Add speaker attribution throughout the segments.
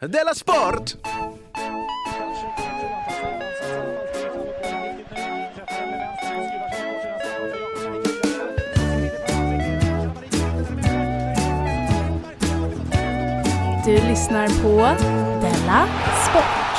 Speaker 1: Della Sport!
Speaker 2: Du lyssnar på Della Sport.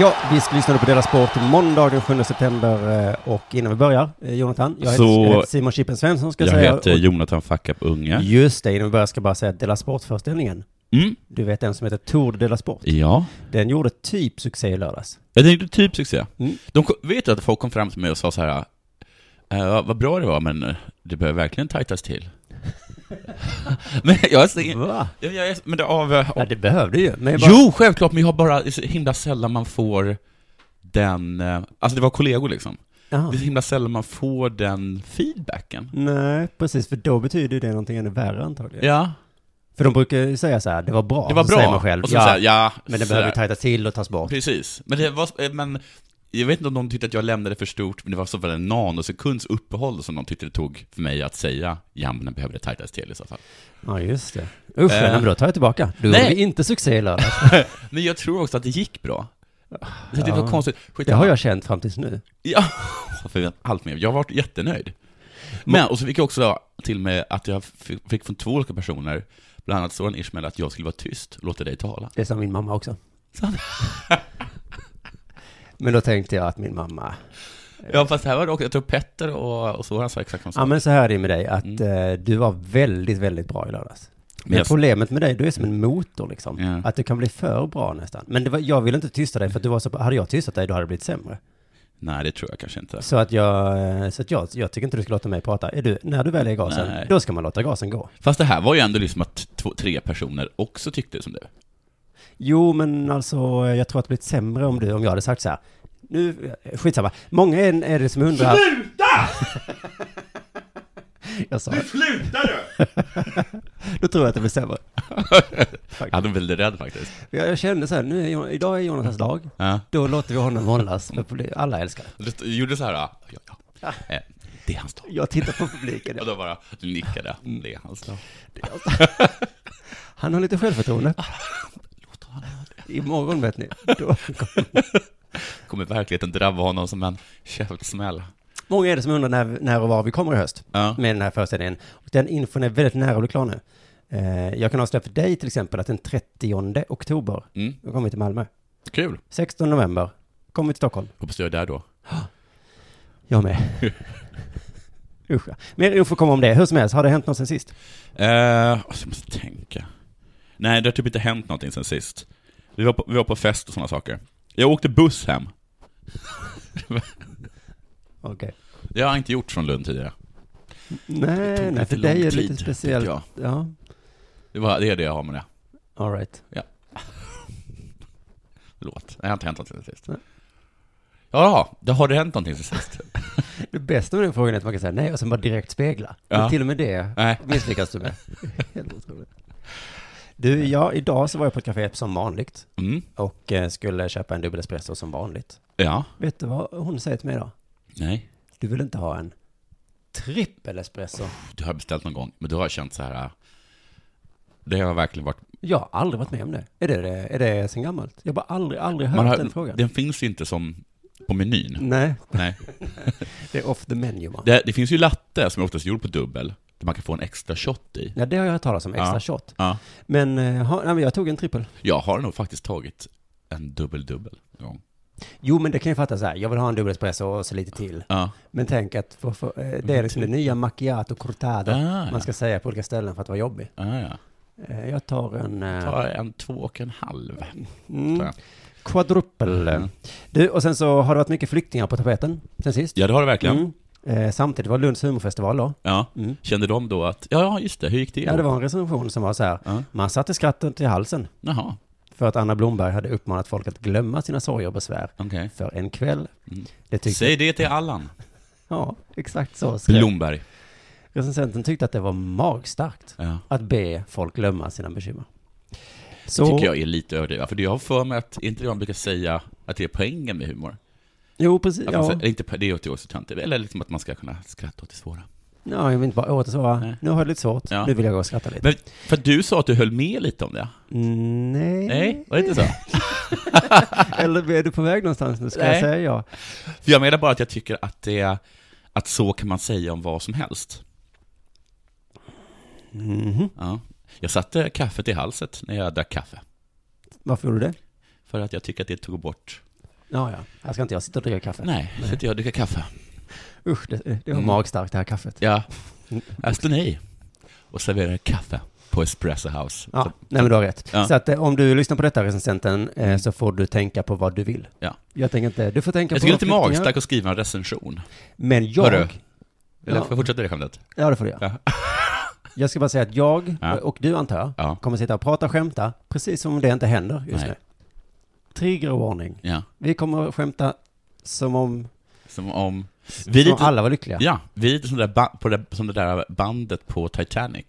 Speaker 3: Ja, vi lyssnar på Dela Sport måndag den 7 september eh, och innan vi börjar, eh, Jonathan, jag heter,
Speaker 4: Så-
Speaker 3: jag heter Simon Chippen Svensson ska
Speaker 4: Jag
Speaker 3: säga.
Speaker 4: heter Jonathan Fuckup Unge.
Speaker 3: Just det, innan vi börjar ska jag bara säga att Dela Sport-föreställningen,
Speaker 4: Mm.
Speaker 3: du vet den som heter Tour de Dela Sport,
Speaker 4: Ja.
Speaker 3: den gjorde typ succé i lördags.
Speaker 4: Jag tänkte typ succé.
Speaker 3: Mm.
Speaker 4: De, kom- vet du att folk kom fram till mig och sa så här, eh, vad bra det var, men eh, det behöver verkligen tajtas till. men jag är så,
Speaker 3: Va?
Speaker 4: jag är, men det är av, eh,
Speaker 3: Ja, det behövde ju. Men jag bara,
Speaker 4: E- Jo, självklart, men jag har bara, det är så himla sällan man får den, eh, alltså det var kollegor liksom.
Speaker 3: Jaha.
Speaker 4: Det är så himla sällan man får den feedbacken.
Speaker 3: Nej, precis, för då betyder ju det någonting ännu värre antagligen.
Speaker 4: Ja,
Speaker 3: För de brukar ju säga så här, det var bra,
Speaker 4: det var
Speaker 3: så säger
Speaker 4: bra.
Speaker 3: man själv.
Speaker 4: och så
Speaker 3: ja,
Speaker 4: så här, ja,
Speaker 3: men det
Speaker 4: så
Speaker 3: behöver
Speaker 4: här.
Speaker 3: ju tajtas till och tas bort.
Speaker 4: Precis, men det var, eh, men jag vet inte om någon tyckte att jag lämnade för stort, men det var så väl en nanosekunds uppehåll som någon tyckte det tog för mig att säga, ja men den behöver det tajtas till i så fall.
Speaker 3: Ja, just det. Usch,
Speaker 4: Eh.
Speaker 3: ja, men då tar jag tillbaka. Du
Speaker 4: Nej.
Speaker 3: gjorde inte succé i lördags.
Speaker 4: Men jag tror också att det gick bra. Så det var
Speaker 3: Ja.
Speaker 4: konstigt.
Speaker 3: Det har jag känt fram tills nu.
Speaker 4: Ja, för allt mer. Jag har varit jättenöjd. Men, och så fick jag också till mig att jag fick fick från två olika personer, bland annat Soran Ismail, att jag skulle vara tyst och låta dig tala.
Speaker 3: Det sa min mamma också.
Speaker 4: Så han-
Speaker 3: Men då tänkte jag att min mamma...
Speaker 4: Ja, fast här var det också, jag tror Petter och, och Soran sa exakt samma
Speaker 3: Ja,
Speaker 4: sak.
Speaker 3: men så här är det med dig, att eh, du var väldigt, väldigt bra i lördags. Men
Speaker 4: Yes.
Speaker 3: problemet med dig, du är som en motor liksom.
Speaker 4: Ja.
Speaker 3: Att du kan bli för bra nästan. Men det var, jag ville inte tysta dig, för att du var så... Hade jag tystat dig, då hade det blivit sämre.
Speaker 4: Nej, det tror jag kanske inte.
Speaker 3: Så att jag... eh, Så att jag, jag tycker inte du ska låta mig prata. Är du, när du väl är i gasen,
Speaker 4: Nej.
Speaker 3: då ska man låta gasen gå.
Speaker 4: Fast det här var ju ändå liksom att två, tre personer också tyckte som du.
Speaker 3: Jo, men alltså jag tror att det blivit sämre om du, om jag hade sagt så här. Nu, skitsamma. Många är, är det som undrar... Sluta! jag sa... Nu slutar du! Då tror jag att det blir sämre.
Speaker 4: Jag hade väldigt rädd faktiskt.
Speaker 3: Jag, jag kände så här, nu är, Jon- idag är Jonathans dag.
Speaker 4: Ja.
Speaker 3: Då låter vi honom hållas. för publi- Alla älskar det.
Speaker 4: Du st- gjorde så här, ja, ja, ja. Eh, Det är hans dag.
Speaker 3: Jag tittar på publiken.
Speaker 4: Och då bara nickade,
Speaker 3: Mm.
Speaker 4: det är hans dag.
Speaker 3: Han har lite självförtroende. Imorgon vet ni. Då...
Speaker 4: Kommer verkligheten drabba honom som en käftsmäll.
Speaker 3: Många är det som undrar när, när och var vi kommer i höst.
Speaker 4: Ja.
Speaker 3: med den här föreställningen. Och den infon är väldigt nära att bli klar nu. Eh, jag kan avslöja för dig till exempel att den 30 oktober
Speaker 4: Mm.
Speaker 3: då kommer vi till Malmö.
Speaker 4: Kul.
Speaker 3: 16 november kommer vi till Stockholm.
Speaker 4: Hoppas jag är där då.
Speaker 3: Jag med. Usch. ja. Mer info kommer om det. Hur som helst, har det hänt något sen sist?
Speaker 4: Eh, alltså, jag måste tänka. Nej, det har typ inte hänt någonting sen sist. Vi var på, vi var på fest och sådana saker. Jag åkte buss hem.
Speaker 3: Okej.
Speaker 4: Det har jag inte gjort från Lund tidigare. Mm, Det tog
Speaker 3: Eh, Nej, nej,
Speaker 4: lite
Speaker 3: för dig är det
Speaker 4: lång
Speaker 3: lite
Speaker 4: tid,
Speaker 3: speciellt.
Speaker 4: tycker
Speaker 3: Ja,
Speaker 4: Det, var, det är det jag har med det.
Speaker 3: all right.
Speaker 4: Förlåt. Det har inte hänt någonting sen sist.
Speaker 3: Nej.
Speaker 4: Ja, det har det hänt någonting sen sist?
Speaker 3: Det bästa med den frågan är att man kan säga nej och sen bara direkt spegla. Men
Speaker 4: Ja.
Speaker 3: till och med det
Speaker 4: Nej.
Speaker 3: misslyckas du med. Helt otroligt. Du, ja, idag så var jag på ett café som vanligt.
Speaker 4: Mm.
Speaker 3: och eh, skulle köpa en dubbel espresso som vanligt.
Speaker 4: Ja.
Speaker 3: Vet du vad hon säger till mig då?
Speaker 4: Nej.
Speaker 3: Du vill inte ha en trippel espresso?
Speaker 4: Det har jag beställt någon gång, men då har jag känt så här. äh, Det har jag verkligen varit...
Speaker 3: Jag har aldrig varit med om det. Är det, det- är det sen gammalt? Jag har bara aldrig, aldrig hört
Speaker 4: man har,
Speaker 3: den frågan.
Speaker 4: Den finns ju inte som på menyn.
Speaker 3: Nej,
Speaker 4: Nej.
Speaker 3: det är off the menu va?
Speaker 4: Det, det finns ju latte som är oftast gjord på dubbel, där man kan få en extra shot i.
Speaker 3: Ja, det har jag hört talas om, extra
Speaker 4: Ja.
Speaker 3: shot.
Speaker 4: Ja.
Speaker 3: Men, eh, ha, nej, men jag tog en trippel.
Speaker 4: Jag har nog faktiskt tagit en dubbel-dubbel någon gång.
Speaker 3: Jo, men det kan jag fatta så här. Jag vill ha en dubbel espresso och så lite till.
Speaker 4: Ja.
Speaker 3: Men tänk att för, för, eh, det är liksom det nya macchiato cortado
Speaker 4: Ah, ja.
Speaker 3: man ska säga på olika ställen för att vara jobbig.
Speaker 4: Ah, ja.
Speaker 3: Eh, Jag tar en... eh,
Speaker 4: Ta en två och en halv.
Speaker 3: mm,
Speaker 4: tar jag.
Speaker 3: Quadrupel.
Speaker 4: Mm.
Speaker 3: Du, och sen så har det varit mycket flyktingar på tapeten sen sist.
Speaker 4: Ja, det har du verkligen.
Speaker 3: Mm. Eh, samtidigt var det Lunds humorfestival då.
Speaker 4: Ja.
Speaker 3: Mm.
Speaker 4: Kände de då att, ja, ja, just det, hur gick det?
Speaker 3: Ja, det var en recension som var så här.
Speaker 4: Ja.
Speaker 3: Man satte skratten till halsen
Speaker 4: Jaha,
Speaker 3: för att Anna Blomberg hade uppmanat folk att glömma sina sorger och besvär
Speaker 4: okej.
Speaker 3: för en kväll.
Speaker 4: Mm.
Speaker 3: Det tyckte,
Speaker 4: Säg det till Allan.
Speaker 3: Ja, exakt så skrev.
Speaker 4: Blomberg.
Speaker 3: Recensenten tyckte att det var magstarkt
Speaker 4: Ja.
Speaker 3: att be folk glömma sina bekymmer.
Speaker 4: Det
Speaker 3: Så,
Speaker 4: tycker jag är lite överdrivet, för jag har för mig att, inte det man brukar säga, att det är poängen med humor.
Speaker 3: Jo, precis.
Speaker 4: Att man
Speaker 3: Ja.
Speaker 4: säger, eller inte, det är ju också töntigt, eller liksom att man ska kunna skratta åt det svåra.
Speaker 3: Ja, jag vill inte bara återsvara.
Speaker 4: Nej.
Speaker 3: Nu har jag lite svårt.
Speaker 4: Ja.
Speaker 3: Nu vill jag gå och skratta lite.
Speaker 4: Men, för att du sa att du höll med lite om det.
Speaker 3: Mm, Nej.
Speaker 4: Nej, var det inte så?
Speaker 3: Eller är du på väg någonstans nu? Ska jag
Speaker 4: Nej.
Speaker 3: säga ja?
Speaker 4: För jag menar bara att jag tycker att det att så kan man säga om vad som helst.
Speaker 3: Mhm.
Speaker 4: Ja. Jag satte kaffet i halset när jag drack kaffe.
Speaker 3: Varför gjorde du det?
Speaker 4: För att jag tycker att det tog bort...
Speaker 3: Ja, ja. Här ska inte jag sitta och dricka kaffe.
Speaker 4: Nej, så att jag dricker kaffe.
Speaker 3: Usch, det, det var
Speaker 4: Mm.
Speaker 3: magstarkt det här kaffet.
Speaker 4: Ja, jag står nej. Och serverar kaffe på Espresso House.
Speaker 3: Ja,
Speaker 4: Så-
Speaker 3: nej men du har rätt.
Speaker 4: Ja. Mm.
Speaker 3: Så att eh, om du lyssnar på detta recensenten eh, så får du tänka på vad du vill.
Speaker 4: Ja.
Speaker 3: Jag tänker inte, du får tänka
Speaker 4: Jag tycker
Speaker 3: på
Speaker 4: det är lite
Speaker 3: flyktingar.
Speaker 4: magstarkt att skriva en recension.
Speaker 3: Men jag...
Speaker 4: Hörru. Eller
Speaker 3: Ja.
Speaker 4: får jag fortsätta det skämtet?
Speaker 3: Ja, det får du göra. Jag ska bara säga att jag,
Speaker 4: Ja.
Speaker 3: och du antar jag,
Speaker 4: Ja.
Speaker 3: kommer sitta och prata och skämta, precis som om det inte händer just
Speaker 4: Nej.
Speaker 3: nu. Triggervarning.
Speaker 4: Ja.
Speaker 3: Vi kommer att skämta som om,
Speaker 4: Som om...
Speaker 3: som
Speaker 4: Vi är
Speaker 3: om
Speaker 4: lite,
Speaker 3: alla var lyckliga.
Speaker 4: ja, vi är lite som det där, ba- på det, som det där bandet på Titanic.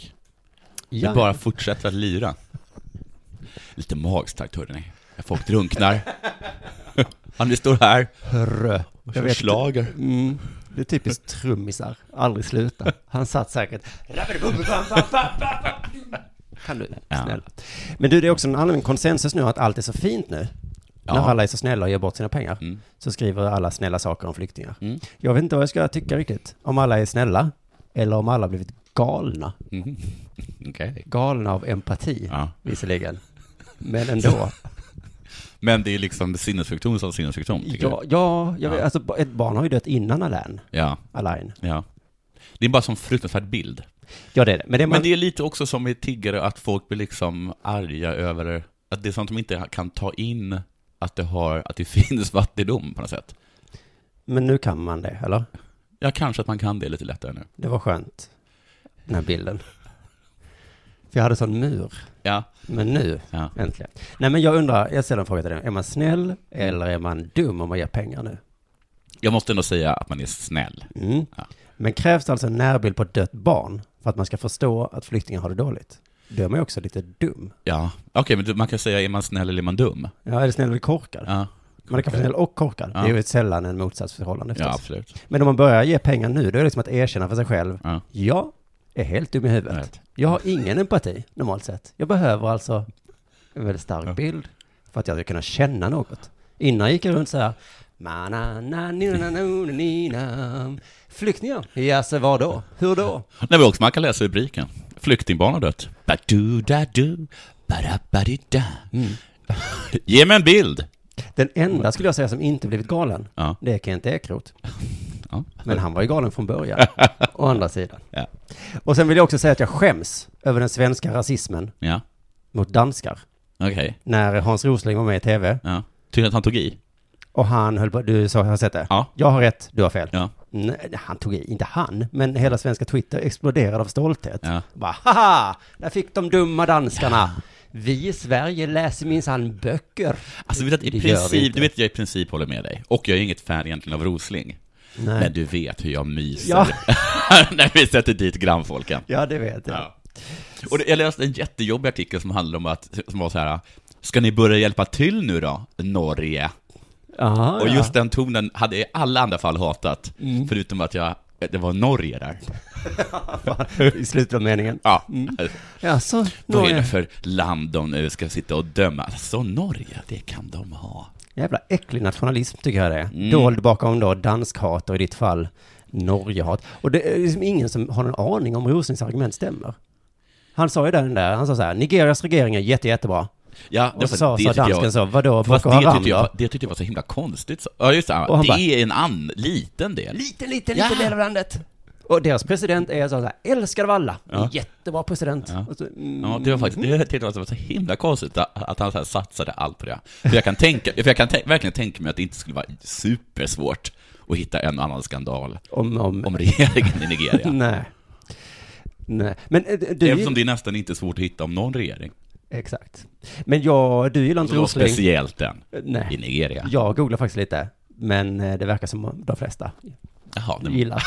Speaker 4: Vi
Speaker 3: Ja.
Speaker 4: bara fortsätter att lyra. Lite magstarkt hörni. Folk drunknar. Ja, ni står här
Speaker 3: Hörru.
Speaker 4: och
Speaker 3: Jag
Speaker 4: kör
Speaker 3: vet
Speaker 4: schlager.
Speaker 3: Mm. Det är typiskt trummisar, aldrig sluta. Han satt säkert... Kan du?
Speaker 4: Ja.
Speaker 3: Snälla. Men du, det är också en allmän konsensus nu att allt är så fint nu.
Speaker 4: Ja.
Speaker 3: När alla är så snälla och ger bort sina pengar.
Speaker 4: Mm.
Speaker 3: Så skriver alla snälla saker om flyktingar.
Speaker 4: Mm.
Speaker 3: Jag vet inte vad jag ska tycka riktigt. Om alla är snälla. Eller om alla har blivit galna.
Speaker 4: Mhm. Okej.
Speaker 3: Galna av empati,
Speaker 4: Ja.
Speaker 3: visserligen. Men ändå.
Speaker 4: Men det är liksom sinnessjukdom som sinnessjukdom, tycker
Speaker 3: Ja, ja, jag vet,
Speaker 4: Ja.
Speaker 3: Alltså, ett barn har ju dött innan Alain.
Speaker 4: du? Ja.
Speaker 3: Alain.
Speaker 4: ja. Det är bara som fruktansvärd bild.
Speaker 3: Ja, det är det. Men det, är man,
Speaker 4: Men det är lite också som i tiggare, att folk blir liksom arga över att det är sånt de inte kan ta in, att det, har, att det finns fattigdom på något sätt.
Speaker 3: men nu kan man det, eller?
Speaker 4: Ja, kanske att man kan det lite lättare nu.
Speaker 3: Det var skönt, den här bilden. För jag hade sån mur,
Speaker 4: Ja.
Speaker 3: men nu,
Speaker 4: Ja.
Speaker 3: äntligen. Nej men jag undrar, jag ställer en fråga till dig. Är man snäll eller är man dum om man ger pengar nu?
Speaker 4: Jag måste ändå säga att man är snäll.
Speaker 3: Mm.
Speaker 4: Ja.
Speaker 3: Men krävs det alltså en närbild på ett dött barn för att man ska förstå att flyktingar har det dåligt? Då är man ju också lite dum.
Speaker 4: Ja, okej, men du- man kan säga är man snäll eller är man dum?
Speaker 3: Ja, är det snäll eller korkad?
Speaker 4: Ja,
Speaker 3: Man är kanske snäll och korkad.
Speaker 4: Ja.
Speaker 3: Det är ju sällan en motsatsförhållande
Speaker 4: ja
Speaker 3: förstås.
Speaker 4: absolut.
Speaker 3: Men om man börjar ge pengar nu, då är det liksom att erkänna för sig själv.
Speaker 4: Ja.
Speaker 3: Jag är helt dum i huvudet.
Speaker 4: Rätt.
Speaker 3: Jag har ingen empati normalt sett. Jag behöver alltså en väldigt stark
Speaker 4: Ja.
Speaker 3: bild för att jag ska kunna känna något. Innan gick jag runt så här. "Ma-na-na-ni-na-na-na-na-na." Flyktingar? Jaså, vad då? Hur då?
Speaker 4: Nej, men också man kan läsa rubriken. Flyktingbarn har dött. Ba-du-da-du, ba-da-ba-di-da.
Speaker 3: Mm.
Speaker 4: Ge mig en bild!
Speaker 3: Den enda skulle jag säga som inte blivit galen,
Speaker 4: Ja.
Speaker 3: det är Kent Ekeroth.
Speaker 4: Ja.
Speaker 3: Men han var ju galen från början, å andra sidan.
Speaker 4: Ja.
Speaker 3: Och sen vill jag också säga att jag skäms över den svenska rasismen
Speaker 4: Ja,
Speaker 3: mot danskar.
Speaker 4: okej.
Speaker 3: När Hans Rosling var med i tv
Speaker 4: Ja. Tyckte att han tog i?
Speaker 3: och han höll på, du sa, har sett det?
Speaker 4: Ja.
Speaker 3: Jag har rätt, du har fel.
Speaker 4: Ja.
Speaker 3: Nej, han tog i, inte han, men hela svenska Twitter exploderade av stolthet.
Speaker 4: Ja.
Speaker 3: Bara, haha, där fick de dumma danskarna. Vi i Sverige läser minsann böcker.
Speaker 4: Alltså, vet du, att
Speaker 3: Det
Speaker 4: i
Speaker 3: gör vi
Speaker 4: princip,
Speaker 3: inte.
Speaker 4: du vet, jag i princip håller med dig. Och jag är inget fan egentligen av Rosling.
Speaker 3: Nej.
Speaker 4: Men du vet hur jag myser
Speaker 3: Ja.
Speaker 4: när vi sätter dit grannfolken.
Speaker 3: Ja, det vet jag.
Speaker 4: Ja. Och det, jag läste en jättejobbig artikel som handlade om att, som var så här, ska ni börja hjälpa till nu då, Norge?
Speaker 3: Aha,
Speaker 4: Och
Speaker 3: ja. Mm.
Speaker 4: just den tonen hade jag i alla andra fall hatat, förutom att jag, det var Norge där.
Speaker 3: I slutet av meningen.
Speaker 4: Ja.
Speaker 3: Ja, så,
Speaker 4: Vad är det
Speaker 3: Mm. Norge.
Speaker 4: för land de nu ska sitta och döma? Alltså Norge, det kan de ha.
Speaker 3: Jävla äcklig nationalism tycker jag det är.
Speaker 4: Mm.
Speaker 3: Dold bakom då dansk hat och i ditt fall Norgehat. Och det är liksom ingen som har en aning om Rosings argument stämmer. Han sa ju där den där, han sa så här, Nigerias regering är jätte, jättebra.
Speaker 4: Ja,
Speaker 3: Och så sa
Speaker 4: tycker jag-
Speaker 3: dansken så, vadå,
Speaker 4: Fast
Speaker 3: Boko
Speaker 4: det
Speaker 3: Haram
Speaker 4: tyckte, jag,
Speaker 3: då?
Speaker 4: det tyckte jag var så himla konstigt. så- Ja, just det.
Speaker 3: Och han
Speaker 4: Det
Speaker 3: bara-
Speaker 4: är en an, liten del.
Speaker 3: Liten, liten,
Speaker 4: Ja.
Speaker 3: liten del av landet. Och deras president är så här, älskad av alla.
Speaker 4: Ja.
Speaker 3: Jättebra president.
Speaker 4: Ja.
Speaker 3: Och så, mm,
Speaker 4: Ja, det var faktiskt, det tyckte jag var så himla konstigt att att han så här satsade allt på det. För jag kan, tänka, för jag kan tän- verkligen tänka mig att det inte skulle vara supersvårt att hitta en annan skandal
Speaker 3: om, om,
Speaker 4: om regeringen i Nigeria.
Speaker 3: Nej. Nej. Men eh, du...
Speaker 4: Eftersom det är nästan inte svårt att hitta om någon regering.
Speaker 3: Exakt. Men jag, du gillar inte
Speaker 4: Och
Speaker 3: Rosling.
Speaker 4: speciellt den i
Speaker 3: Nej.
Speaker 4: Nigeria.
Speaker 3: Jag googlar faktiskt lite. Men eh, det verkar som de flesta
Speaker 4: Jaha, det,
Speaker 3: gillar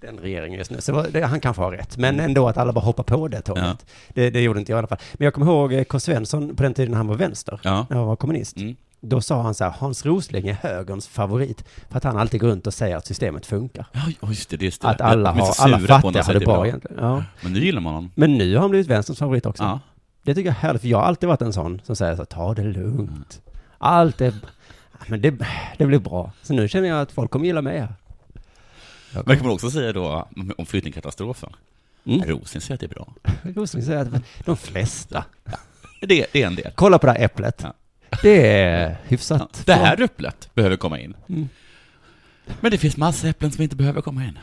Speaker 3: den regeringen just nu. Så vad- det, han kanske har rätt. Men ändå att alla bara hoppar på det tåget.
Speaker 4: Ja.
Speaker 3: Det, det gjorde inte jag i alla fall. Men jag kommer ihåg eh, K. Svensson på den tiden han var vänster.
Speaker 4: ja.
Speaker 3: När han var kommunist.
Speaker 4: Mm.
Speaker 3: Då sa han så här, Hans Rosling är högerns favorit för att han alltid går runt och säger att systemet funkar.
Speaker 4: Ja, ja, just det. det är just det.
Speaker 3: Att alla,
Speaker 4: De är
Speaker 3: har,
Speaker 4: så
Speaker 3: alla
Speaker 4: sura på
Speaker 3: fattiga
Speaker 4: honom, så
Speaker 3: har det
Speaker 4: är
Speaker 3: bra egentligen. Ja.
Speaker 4: Men nu gillar man honom.
Speaker 3: Men nu har han blivit vänsterns favorit också.
Speaker 4: Ja.
Speaker 3: Det tycker jag är härligt, för jag har alltid varit en sån som säger så här, ta det lugnt. Allt är... Men det, det blir bra. Så nu känner jag att folk kommer gilla mig. här.
Speaker 4: Men kan man också säga då om flyktingkatastrofen?
Speaker 3: Mm.
Speaker 4: Rosen säger att det är bra.
Speaker 3: Rosling säger att de flesta.
Speaker 4: Det, det är en del.
Speaker 3: Kolla på det här äpplet.
Speaker 4: Ja.
Speaker 3: Det är
Speaker 4: Ja.
Speaker 3: hyfsat.
Speaker 4: Det här äpplet behöver komma in.
Speaker 3: Mm.
Speaker 4: Men det finns massa äpplen som inte behöver komma in.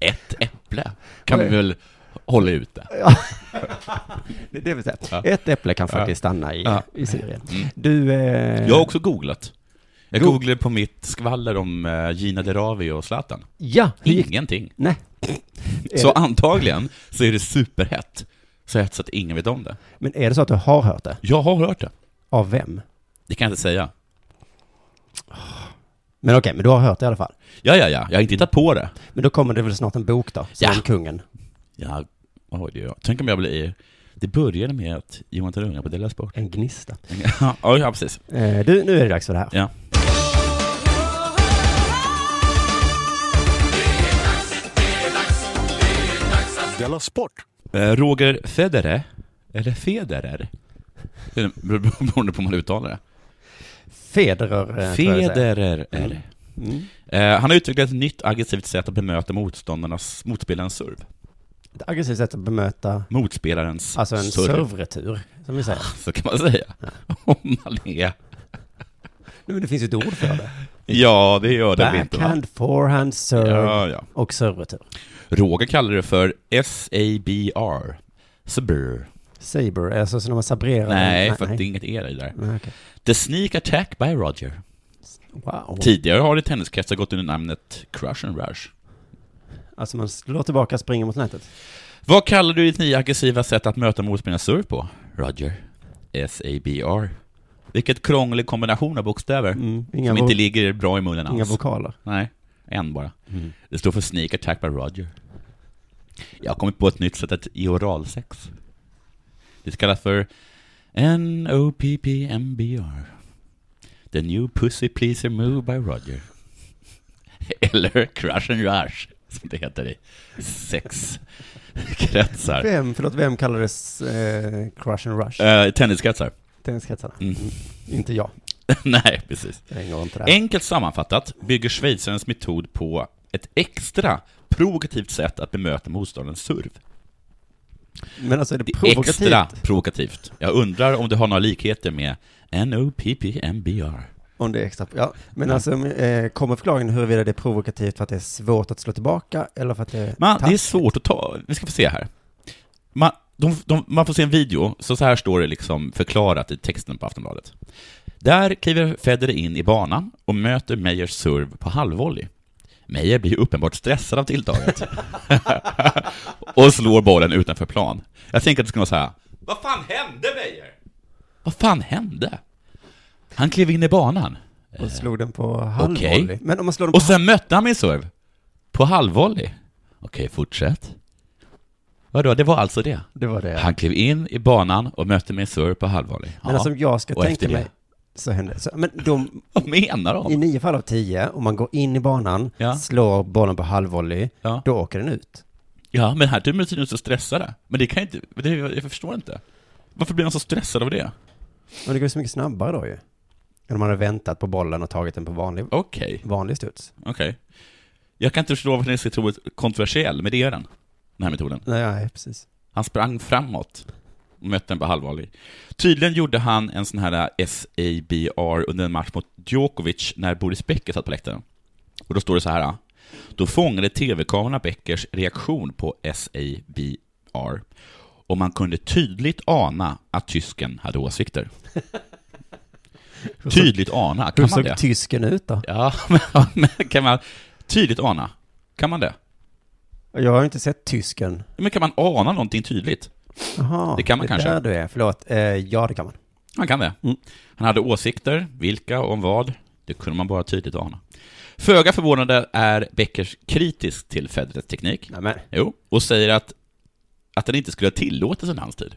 Speaker 4: Ett äpple kan vi
Speaker 3: Oj.
Speaker 4: väl hålla ute.
Speaker 3: Det, det vill säga,
Speaker 4: Ja.
Speaker 3: ett äpple kan faktiskt stanna i,
Speaker 4: Ja.
Speaker 3: i Syrien.
Speaker 4: Mm.
Speaker 3: Du, eh,
Speaker 4: Jag har också googlat. Jag
Speaker 3: Go-
Speaker 4: googlade på mitt skvaller om eh, Gina Dirawi och Zlatan.
Speaker 3: ja, hur gick
Speaker 4: Ingenting.
Speaker 3: Nej.
Speaker 4: Så
Speaker 3: Eh,
Speaker 4: antagligen så är det superhett. Så hett så att ingen vet om det.
Speaker 3: Men är det så att du har hört det?
Speaker 4: Jag har hört det.
Speaker 3: Av vem?
Speaker 4: Det kan jag inte säga.
Speaker 3: Men okej, men du har hört det i alla fall.
Speaker 4: Ja, ja, ja. Jag har inte hittat på det.
Speaker 3: Men då kommer det väl snart en bok då, som
Speaker 4: Ja.
Speaker 3: om kungen.
Speaker 4: Ja, oj, det är jag. Tänk om jag blir... Det började med att Jonathan Unge på Della Sport.
Speaker 3: En gnista.
Speaker 4: Ja, ja, precis.
Speaker 3: Eh, du, nu är det dags för det här.
Speaker 4: Ja.
Speaker 1: Della Sport!
Speaker 4: Eh, Roger Federer, eller Federer, Eh, beroende på hur man uttalar det.
Speaker 3: Federer. eh, tror jag jag säger.
Speaker 4: Federer.
Speaker 3: Mm. Mm.
Speaker 4: Eh, Han har utvecklat ett nytt aggressivt sätt att bemöta motståndarnas, motspelaren serve.
Speaker 3: Ett aggressivt sätt att bemöta,
Speaker 4: Motspellarens
Speaker 3: alltså en
Speaker 4: serve.
Speaker 3: servretur, som vi säger.
Speaker 4: Så kan man säga. Om man är...
Speaker 3: Nej, men det finns ju ett ord för det.
Speaker 4: Ja, det gör det väl inte va?
Speaker 3: Backhand, forehand, serve
Speaker 4: Ja, ja.
Speaker 3: och servretur.
Speaker 4: Roger kallar det för SABR. Sabr.
Speaker 3: Saber, alltså så när man sabrerar.
Speaker 4: Nej,
Speaker 3: den-
Speaker 4: för att det är inget era i det där.
Speaker 3: Nej, okej.
Speaker 4: The Sneak Attack by Roger.
Speaker 3: Wow.
Speaker 4: Tidigare har det i tenniskretsar gått under namnet Crush and Rush.
Speaker 3: Alltså man slår tillbaka, springer mot nätet.
Speaker 4: Vad kallar du ditt nya aggressiva sätt att möta motspelaren serve på, Roger? SABR. Vilket krånglig kombination av bokstäver.
Speaker 3: Mm. Inga,
Speaker 4: som
Speaker 3: vo-
Speaker 4: inte ligger bra i munnen
Speaker 3: inga
Speaker 4: alls. Mm.
Speaker 3: vokaler.
Speaker 4: Nej, en bara. Det står för Sneak Attack by Roger. Jag har kommit på ett nytt sätt att ge oralsex. Det kallas för NOPPMBR. The New Pussy Pleaser Move by Roger. Eller Crush and Rush, som det heter i sexkretsar.
Speaker 3: Vem, förlåt, vem kallades eh, Crush and Rush?
Speaker 4: Eh, tenniskretsar.
Speaker 3: Tenniskretsarna.
Speaker 4: Mm.
Speaker 3: Inte jag.
Speaker 4: Nej, precis.
Speaker 3: Jag hänger inte där.
Speaker 4: Enkelt sammanfattat bygger schweizarens metod på ett extra provokativt sätt att bemöta motståndarens serv.
Speaker 3: Men alltså är det
Speaker 4: Det är
Speaker 3: provokativt?
Speaker 4: extra provokativt. Jag undrar om det har några likheter med NOPPMBR.
Speaker 3: Om det är extra. Ja. Men alltså, eh, kommer förklaringen huruvida det är provokativt för att det är svårt att slå tillbaka eller för att det är
Speaker 4: Man, det är
Speaker 3: taskigt?
Speaker 4: svårt att ta, vi ska få se här. Man, de, de, man får se en video, så, så här står det liksom förklarat i texten på Aftonbladet. Där kliver Federer in i banan och möter Meyers serve på halvvolley. Meyer blir uppenbart stressad av tilltaget. och slår bollen utanför plan. Jag tänker att det ska vara så här. Vad fan hände Meyer? Vad fan hände? Han klev in i banan.
Speaker 3: Och slog den på halvvolley.
Speaker 4: Eh, Okej.
Speaker 3: Men om man slår den på
Speaker 4: Och sen mötte han min serve. På halvvolley. Okej, fortsätt. Vadå, det var alltså det?
Speaker 3: Det var det.
Speaker 4: Han klev in i banan och mötte min serve på halvvolley. Ja.
Speaker 3: Men alltså om jag ska
Speaker 4: Och efter
Speaker 3: tänka
Speaker 4: det?
Speaker 3: mig så händer det. Så, men de,
Speaker 4: Vad menar de?
Speaker 3: i nio fall av tio, om man går in i banan,
Speaker 4: Ja.
Speaker 3: slår bollen på halvvolley,
Speaker 4: Ja.
Speaker 3: då åker den ut.
Speaker 4: ja, men här tycker tydligen så stressade. Men det kan jag inte, det, jag förstår inte. Varför blir han så stressad av det?
Speaker 3: Men det går ju så mycket snabbare då ju. Än om man hade väntat på bollen och tagit den på vanlig,
Speaker 4: Okej,
Speaker 3: vanlig studs.
Speaker 4: okej. Jag kan inte förstå varför den ska tro att kontroversiell, men det är den. Den här metoden.
Speaker 3: Nej, nej, precis.
Speaker 4: Han sprang framåt och mötte en på halvvolley. Tydligen gjorde han en sån här SABR under en match mot Djokovic när Boris Becker satt på läktaren. Och då står det så här. Då fångade TV-kamerorna Beckers reaktion på SABR och man kunde tydligt ana att tysken hade åsikter. Tydligt ana,
Speaker 3: Hur
Speaker 4: kan man
Speaker 3: såg
Speaker 4: det?
Speaker 3: tysken ut då?
Speaker 4: Ja, men- men kan man tydligt ana? Kan man det?
Speaker 3: Jag har ju inte sett tysken.
Speaker 4: Men kan man ana någonting tydligt?
Speaker 3: Jaha,
Speaker 4: Det kan man
Speaker 3: är
Speaker 4: kanske.
Speaker 3: där du är. Förlåt. Eh, ja, det kan man.
Speaker 4: Han kan det.
Speaker 3: Mm.
Speaker 4: Han hade åsikter, vilka och om vad. Det kunde man bara tydligt ana. Föga förvånande är Beckers kritisk till Federers teknik.
Speaker 3: Nej, men.
Speaker 4: Jo, och säger att, att den inte skulle ha tillåtits under hans tid.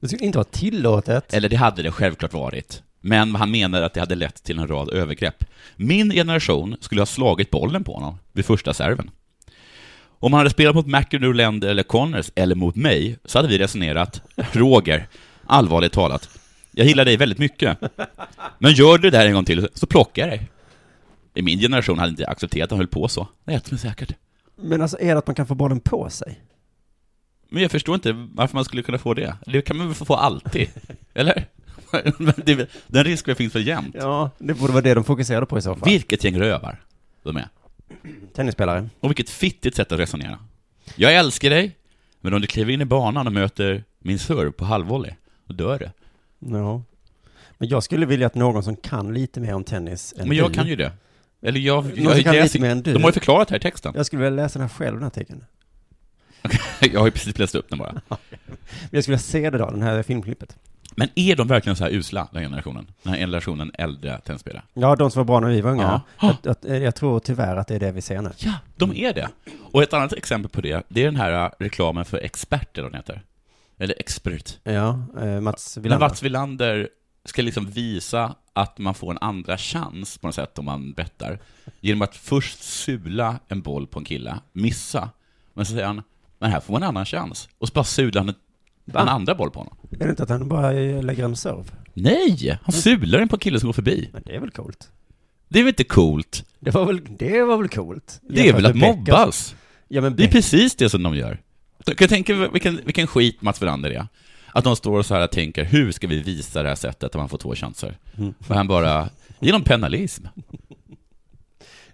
Speaker 3: Det skulle inte vara tillåtet.
Speaker 4: Eller det hade det självklart varit. Men han menar att det hade lett till en rad övergrepp. Min generation skulle ha slagit bollen på honom vid första serven. Om han hade spelat mot McEnroe, Land eller Connors eller mot mig så hade vi resonerat, Roger, allvarligt talat, jag gillar dig väldigt mycket. Men gör du det här en gång till så plockar jag dig. I min generation hade inte jag accepterat att han höll på så. Det är helt men säkert.
Speaker 3: Men alltså, är det att man kan få bollen på sig?
Speaker 4: Men jag förstår inte varför man skulle kunna få det. Det kan man väl få alltid? Eller? Men det är väl- Den risken finns väl jämt?
Speaker 3: Ja, det borde vara det de fokuserade på i så fall.
Speaker 4: Vilket gäng rövar de är.
Speaker 3: Tennisspelare.
Speaker 4: Och vilket fittigt sätt att resonera. Jag älskar dig, men om du kliver in i banan och möter min serve på halvvolley, då dör du.
Speaker 3: Ja. Men jag skulle vilja att någon som kan lite mer om tennis än
Speaker 4: Men jag
Speaker 3: du-
Speaker 4: kan ju det. Eller jag...
Speaker 3: Någon
Speaker 4: jag,
Speaker 3: som kan
Speaker 4: jag
Speaker 3: lite mer än du.
Speaker 4: de har ju förklarat här i texten.
Speaker 3: Jag skulle vilja läsa den här själv, den här artikeln.
Speaker 4: Jag har ju precis läst upp den bara.
Speaker 3: Men jag skulle vilja se det då, den här filmklippet.
Speaker 4: Men är de verkligen så här usla, den här generationen? Den här generationen äldre tennisspelare?
Speaker 3: Ja, de som var bra när vi var unga.
Speaker 4: Ja. Ah,
Speaker 3: Att, att, jag tror tyvärr att det är det vi ser nu.
Speaker 4: Ja, de är det. Och ett annat exempel på det, det är den här eh, reklamen för experter, vad den heter. Eller expert.
Speaker 3: Ja, eh, Mats
Speaker 4: Men
Speaker 3: Wilander.
Speaker 4: Mats Wilander ska liksom visa att man får en andra chans på något sätt om man bettar. Genom att först sula en boll på en kille, missa. Men så säger han, men här får man en annan chans. Och så bara sular han en, en andra boll på honom.
Speaker 3: Är det inte att han bara eh, lägger en serve?
Speaker 4: Nej, han sular den på en kille som går förbi.
Speaker 3: Men det är väl coolt?
Speaker 4: Det är väl inte coolt?
Speaker 3: Det var väl, det var väl coolt?
Speaker 4: Det är väl att
Speaker 3: Jämfört med Beck, alltså.
Speaker 4: mobbas?
Speaker 3: Ja, men
Speaker 4: Det är
Speaker 3: Beck,
Speaker 4: precis det som de gör. Kan jag tänka vilken, vilken skit Mats Welander är? Att de står och så här och tänker, hur ska vi visa det här sättet att man får två chanser? Och han bara, genom penalism.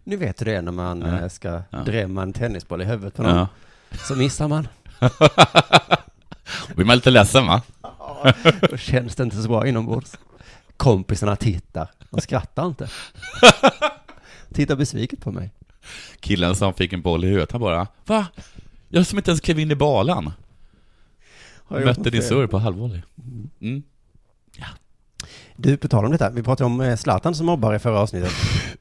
Speaker 3: nu vet du det när man
Speaker 4: Ja.
Speaker 3: eh, ska
Speaker 4: Ja.
Speaker 3: drämma en tennisboll i huvudet på någon.
Speaker 4: Ja.
Speaker 3: Så missar man.
Speaker 4: Då blir man lite ledsen va?
Speaker 3: Då känns det inte så bra inombords. Kompisarna tittar. De skrattar inte. Tittar besviket på mig.
Speaker 4: Killen som fick en boll i huvudet, han bara, va? Jag som inte ens klev in i balan.
Speaker 3: Har jag gjort
Speaker 4: Mötte
Speaker 3: något
Speaker 4: din
Speaker 3: fel?
Speaker 4: surr på halvvolley. Mm.
Speaker 3: Du, på tal om detta. Vi pratade om eh, Zlatan som mobbar i förra avsnittet.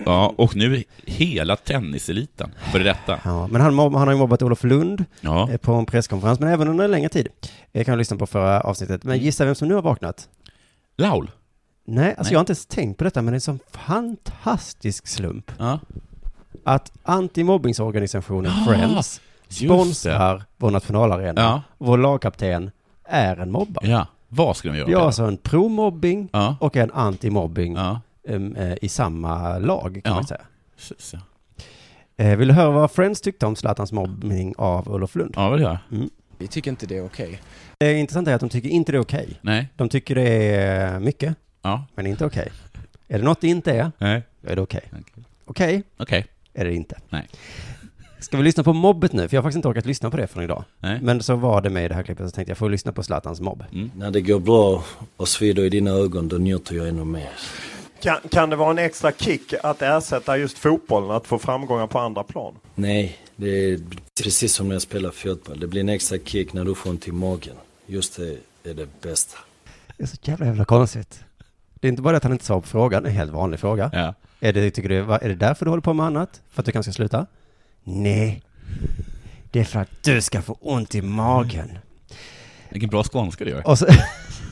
Speaker 4: Ja, och nu hela tenniseliten för detta.
Speaker 3: Ja, men han, mobb, han har ju mobbat Olof Lund
Speaker 4: Ja,
Speaker 3: eh, på en presskonferens, men även under en längre tid. Jag kan lyssna på förra avsnittet.
Speaker 4: Mm.
Speaker 3: Men gissa vem som nu har vaknat?
Speaker 4: Laul.
Speaker 3: Nej, alltså
Speaker 4: Nej.
Speaker 3: jag har inte ens tänkt på detta, men det är en sån fantastisk slump
Speaker 4: Ja.
Speaker 3: att antimobbningsorganisationen
Speaker 4: Ja, Ah,
Speaker 3: Friends
Speaker 4: just det.
Speaker 3: sponsrar vår nationalarena.
Speaker 4: Ja.
Speaker 3: Vår lagkapten är en mobbare.
Speaker 4: ja, vad ska de göra?
Speaker 3: Vi
Speaker 4: åt
Speaker 3: har
Speaker 4: det?
Speaker 3: alltså en pro-mobbing
Speaker 4: Ja,
Speaker 3: och en anti-mobbing
Speaker 4: ja.
Speaker 3: em, eh, i samma lag, kan
Speaker 4: Ja.
Speaker 3: man säga.
Speaker 4: Precis, ja.
Speaker 3: Eh, Vill du höra vad Friends tyckte om Zlatans mobbning av Olof Lund?
Speaker 4: Ja, vad gör jag?
Speaker 5: Vi tycker inte det är okej.
Speaker 3: Det intressanta är att de tycker inte det är okej.
Speaker 4: Nej.
Speaker 3: De tycker det är mycket,
Speaker 4: Ja.
Speaker 3: men inte okej. Är det något det inte är,
Speaker 4: Nej.
Speaker 3: då är det okej.
Speaker 4: Okej.
Speaker 3: Okej
Speaker 4: Okej.
Speaker 3: är det inte.
Speaker 4: Nej.
Speaker 3: Ska vi lyssna på mobbet nu? För jag har faktiskt inte orkat lyssna på det från idag.
Speaker 4: Nej. Mm.
Speaker 3: Men så var det med i det här klippet, så tänkte jag får lyssna på Zlatans mobb.
Speaker 6: När det går bra och svider i dina ögon, då njuter jag ännu mer.
Speaker 7: Kan, kan det vara en extra kick att ersätta just fotbollen, att få framgångar på andra plan?
Speaker 6: Nej, det är precis som när jag spelar fotboll. Det blir en extra kick när du får ont i magen. Just det är det bästa.
Speaker 3: Det är så jävla, jävla konstigt. Det är inte bara att han inte svarar på frågan, en helt vanlig fråga.
Speaker 4: Ja.
Speaker 3: Är, det, tycker du, va- är det därför du håller på med annat? För att du kanske ska sluta? Nej. Det är för att du ska få ont i magen.
Speaker 4: Vilken bra skånska du gör.
Speaker 3: Och så,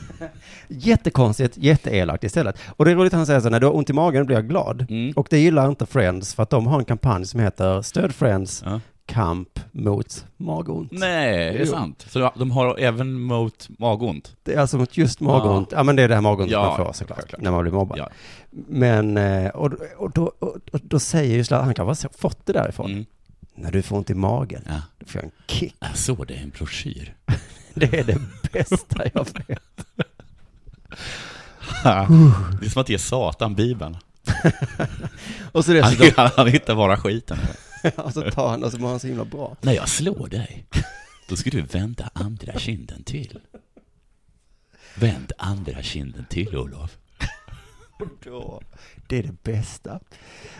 Speaker 3: jättekonstigt, jätteelakt istället. Och det är roligt att han säger så här, när du har ont i magen blir jag glad.
Speaker 4: Mm.
Speaker 3: Och det gillar inte Friends för att de har en kampanj som heter Stöd Friends,
Speaker 4: Ja.
Speaker 3: kamp mot magont.
Speaker 4: Nej, det är
Speaker 3: Jo.
Speaker 4: sant. Så de har även mot magont?
Speaker 3: Det är alltså mot just magont. Ja, men det är det här magont
Speaker 4: Ja,
Speaker 3: man får såklart,
Speaker 4: självklart.
Speaker 3: när man blir mobbad.
Speaker 4: Ja.
Speaker 3: Men, eh, och, och, då, och, och då säger ju Zlatan, han kan ha fått det därifrån.
Speaker 4: Mm.
Speaker 3: När du får ont i magen,
Speaker 4: Ja.
Speaker 3: då får jag en kick.
Speaker 4: Jag såg det i en broschyr.
Speaker 3: Det är det bästa jag vet.
Speaker 4: det är som att ge Satan Bibeln.
Speaker 3: Och så
Speaker 4: Han,
Speaker 3: dessutom,
Speaker 4: han, han hittar bara skiten.
Speaker 3: och så tar han det och så mår han så himla bra.
Speaker 4: När jag slår dig, då ska du vända andra kinden till. Vänd andra kinden till, Olof.
Speaker 3: Då, det är det bästa.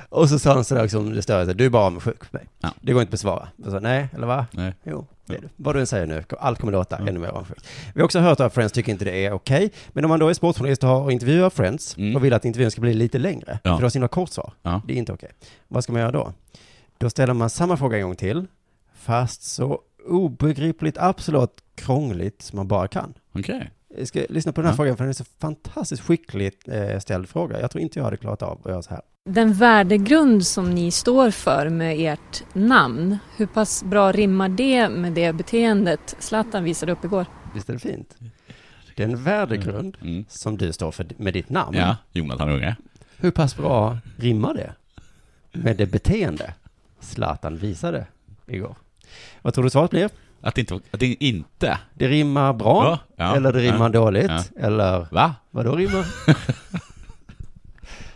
Speaker 3: Och så sa han sådär som det större, du är bara avundsjuk på mig.
Speaker 4: Ja.
Speaker 3: Det går inte att besvara. Jag sa, nej, eller va?
Speaker 4: Nej.
Speaker 3: Jo, det är det. Vad du än säger nu, allt kommer låta
Speaker 4: Mm.
Speaker 3: ännu mer avundsjukt. Vi har också hört att Friends tycker inte det är okej. Men om man då är sportjournalist och har- och intervjuar Friends
Speaker 4: Mm.
Speaker 3: och vill att intervjun ska bli lite längre,
Speaker 4: Ja.
Speaker 3: för det har så himla kort svar,
Speaker 4: Ja.
Speaker 3: det är inte okej. Vad ska man göra då? Då ställer man samma fråga en gång till, fast så obegripligt, absolut krångligt som man bara kan.
Speaker 4: Okej.
Speaker 3: Jag ska lyssna på den här
Speaker 4: Ja.
Speaker 3: frågan, för den är så fantastiskt skickligt eh, ställd fråga. Jag tror inte jag hade klarat av att göra så här.
Speaker 8: Den värdegrund som ni står för med ert namn, hur pass bra rimmar det med det beteendet Zlatan visade upp igår?
Speaker 3: Visst är det fint? Det är en värdegrund
Speaker 4: Mm.
Speaker 3: som du står för med ditt namn.
Speaker 4: Ja, Jonathan Unge.
Speaker 3: Hur pass bra rimmar det med det beteende Zlatan visade igår? Vad tror du svaret blir?
Speaker 4: Att inte, att det inte,
Speaker 3: Det rimmar bra,
Speaker 4: Ja, ja,
Speaker 3: eller det
Speaker 4: ja,
Speaker 3: rimmar dåligt,
Speaker 4: ja.
Speaker 3: eller
Speaker 4: va?
Speaker 3: vad då rimmar?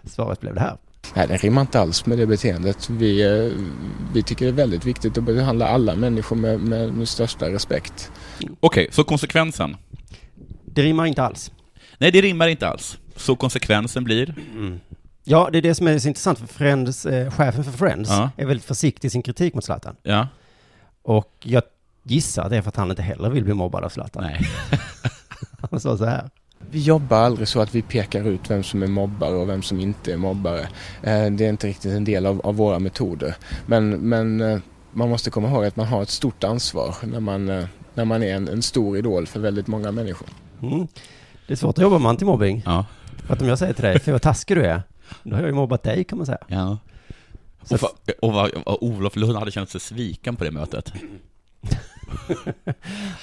Speaker 3: svaret blev det här.
Speaker 5: Nej, det rimmar inte alls med det beteendet. Vi, eh, vi tycker det är väldigt viktigt att behandla alla människor med, med, med största respekt.
Speaker 4: Okej, så konsekvensen.
Speaker 3: Det rimmar inte alls.
Speaker 4: Nej, det rimmar inte alls. Så konsekvensen blir?
Speaker 3: Ja, det är det som är så intressant, för Friends, eh, chefen för Friends
Speaker 4: Ja.
Speaker 3: är väldigt försiktig i sin kritik mot Zlatan.
Speaker 4: Ja.
Speaker 3: Och jag gissar att det är för att han inte heller vill bli mobbad av Zlatan.
Speaker 4: Nej.
Speaker 3: Han sa så här.
Speaker 5: Vi jobbar aldrig så att vi pekar ut vem som är mobbare och vem som inte är mobbare. Eh, Det är inte riktigt en del av, av våra metoder. Men, men eh, man måste komma ihåg att man har ett stort ansvar när man, eh, när man är en, en stor idol för väldigt många människor.
Speaker 3: Mm. Det är svårt att jobba med antimobbing.
Speaker 4: Ja.
Speaker 3: För att om jag säger till dig, för vad taskig du är, då har jag ju mobbat dig kan man säga.
Speaker 4: ja.
Speaker 3: Så
Speaker 4: Och, fa- och, vad- och Olof Lund hade känt sig sviken på det mötet.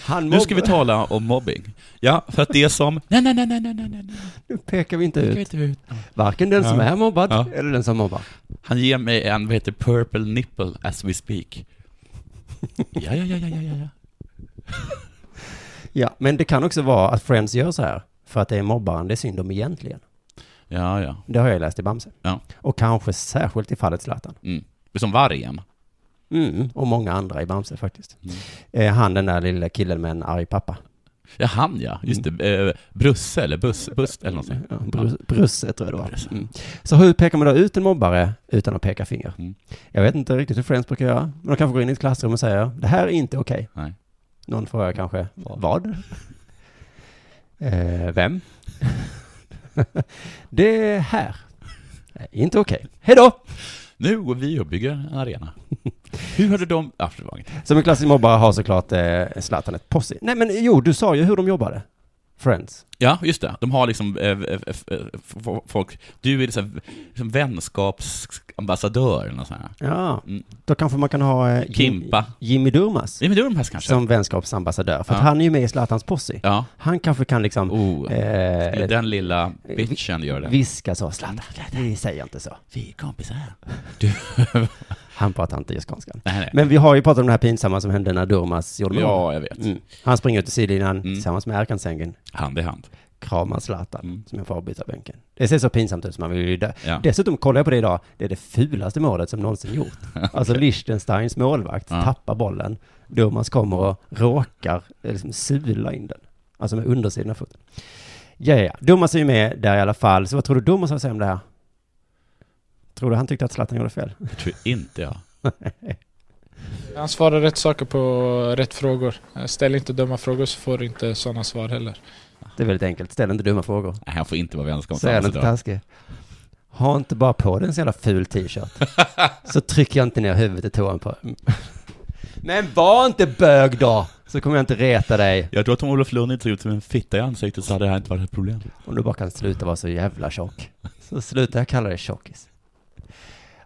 Speaker 3: han
Speaker 4: Nu ska vi tala om mobbing. Ja, för att det är som... Nej, nej, nej, nej, nej, nej, nej.
Speaker 3: Nu pekar vi inte
Speaker 4: Det kan vi
Speaker 3: ut
Speaker 4: inte ut.
Speaker 3: varken den som
Speaker 4: Ja.
Speaker 3: är mobbad
Speaker 4: Ja.
Speaker 3: eller den som mobbar.
Speaker 4: Han ger mig en, vad heter purple nipple as we speak. Ja, ja, ja, ja, ja, ja, ja.
Speaker 3: Ja, men det kan också vara att Friends gör så här för att det är mobbaren det är synd om egentligen.
Speaker 4: Ja, ja.
Speaker 3: Det har jag läst i Bamse.
Speaker 4: Ja.
Speaker 3: Och kanske särskilt i fallet Zlatan.
Speaker 4: Mm. Det är Som vargen.
Speaker 3: Mm, och många andra i Bamse faktiskt.
Speaker 4: Mm.
Speaker 3: Eh, han den där lilla killen med en arg pappa.
Speaker 4: Ja, han ja. Just det. Eh, Brusse eller buss, buss eller någonting.
Speaker 3: Ja, brus, Brusse tror jag det var. Mm. Så hur pekar man då ut en mobbare utan att peka finger?
Speaker 4: Mm.
Speaker 3: Jag vet inte riktigt hur Friends brukar göra. Men de kanske går in i ett klassrum och säger det här är inte okej.
Speaker 4: Nej.
Speaker 3: Någon frågar kanske vad? eh, vem? det här. Nej, inte okej. Hej då!
Speaker 4: Nu går vi och bygger en arena. Hur hörde de... Ah, det var inget.
Speaker 3: Som en klassisk mobbare har såklart eh, Zlatan ett posse. Nej men jo, du sa ju hur de jobbade. Friends.
Speaker 4: Ja, just det. De har liksom eh, eh, eh, f- folk... Du är liksom, liksom vänskapsambassadör eller något sånt här.
Speaker 3: Ja,
Speaker 4: Mm.
Speaker 3: då kanske man kan ha eh, Jim-
Speaker 4: Kimpa.
Speaker 3: Jimmy Durmaz
Speaker 4: Jimmy Durmaz kanske?
Speaker 3: som vänskapsambassadör. För att
Speaker 4: Ja.
Speaker 3: han är ju med i Zlatans posse.
Speaker 4: Ja.
Speaker 3: Han kanske kan liksom
Speaker 4: Oh. Skulle
Speaker 3: eh,
Speaker 4: den lilla bitchen gör det. Mm,
Speaker 3: viska så. Zlatan, vi säger inte så.
Speaker 4: vi är kompisar. Du.
Speaker 3: Han pratar inte just skånska.
Speaker 4: nej, nej.
Speaker 3: Men vi har ju pratat om det här pinsamma som hände när Durmaz gjorde mål.
Speaker 4: Ja, jag vet.
Speaker 3: Mm. Han springer ut till sidlinjen
Speaker 4: Mm.
Speaker 3: tillsammans med Erkan Sängen,
Speaker 4: Hand i hand.
Speaker 3: kramar Zlatan
Speaker 4: Mm.
Speaker 3: som är på avbytarbänken. Det ser så pinsamt ut som man vill ju dö.
Speaker 4: Ja.
Speaker 3: Dessutom kollar jag på det idag, det är det fulaste målet som någonsin gjort. Alltså Liechtensteins målvakt
Speaker 4: Ja.
Speaker 3: tappar bollen, Durmaz kommer och råkar eh, liksom sula in den. Alltså med undersidan av foten. Ja, ja, ja. Durmaz är ju med där i alla fall, så vad tror du Durmaz har att säga om det här? Tror du han tyckte att Zlatan gjorde fel?
Speaker 4: Det tror inte jag.
Speaker 9: Han svarar rätt saker på rätt frågor. Eh, Ställ inte dumma frågor så får du inte sådana svar heller.
Speaker 3: Det är väldigt enkelt, ställ inte dumma frågor.
Speaker 4: Nej, han får inte vara
Speaker 3: Säg den inte
Speaker 4: vänskapsambassadör.
Speaker 3: taskig. Ha inte bara på dig en så jävla ful t-shirt. så trycker jag inte ner huvudet i toan på Men var inte bög då! Så kommer jag inte reta dig.
Speaker 4: Jag tror att om Olof Lund inte såg ut som en fitta i ansiktet så hade det här inte varit ett problem.
Speaker 3: Om du bara kan sluta vara så jävla tjock. Så sluta jag kalla dig tjockis.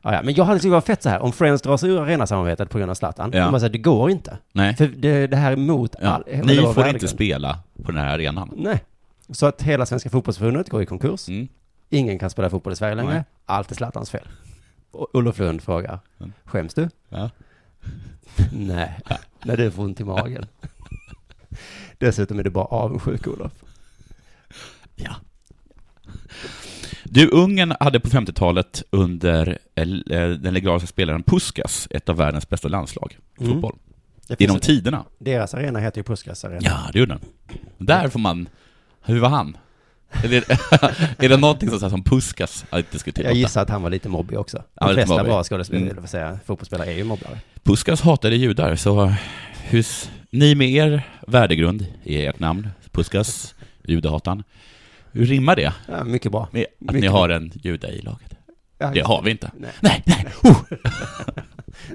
Speaker 3: Ah, Ja, ja, men jag hade tyckt det var fett så här, om Friends drar sig ur arenasamarbetet på grund av Zlatan.
Speaker 4: Ja.
Speaker 3: Ja. Man säger, det går inte.
Speaker 4: Nej.
Speaker 3: För det, det här är mot
Speaker 4: Ja.
Speaker 3: all...
Speaker 4: Ni
Speaker 3: det var
Speaker 4: får inte
Speaker 3: värdegrund.
Speaker 4: spela på den här arenan.
Speaker 3: Nej. Så att hela Svenska Fotbollförbundet går i konkurs.
Speaker 4: Mm.
Speaker 3: Ingen kan spela fotboll i Sverige längre.
Speaker 4: Nej.
Speaker 3: Allt är Zlatans fel. Och Olof Lund frågar,
Speaker 4: Mm.
Speaker 3: skäms du?
Speaker 4: Ja.
Speaker 3: Nej, när du får ont i magen. Dessutom är det bara avundsjuk, Olof.
Speaker 4: Ja. Du, Ungern hade på 50-talet under eh, den legendariska spelaren Puskas ett av världens bästa landslag i
Speaker 3: Mm.
Speaker 4: fotboll.
Speaker 3: Det finns
Speaker 4: Genom
Speaker 3: ett-
Speaker 4: tiderna.
Speaker 3: Deras arena heter ju Puskas arena.
Speaker 4: Ja, det gjorde den. Där får man... Hur var han? Är det, är det någonting som, så här, som Puskas att diskutera?
Speaker 3: Jag gissar att han var lite mobbig också.
Speaker 4: Ja,
Speaker 3: De
Speaker 4: lite
Speaker 3: flesta
Speaker 4: mobbig.
Speaker 3: bra skådespelare,
Speaker 4: Mm.
Speaker 3: mm. säga, fotbollsspelare är ju mobbare.
Speaker 4: Puskas hatade judar, så hur, s- ni med er värdegrund i ert namn, Puskas, judehatan, hur rimmar det
Speaker 3: Ja, mycket bra.
Speaker 4: med att ni
Speaker 3: Mycket.
Speaker 4: har en jude i laget?
Speaker 3: Ja,
Speaker 4: Det har vi inte.
Speaker 3: Nej.
Speaker 4: Nej, nej. Oh.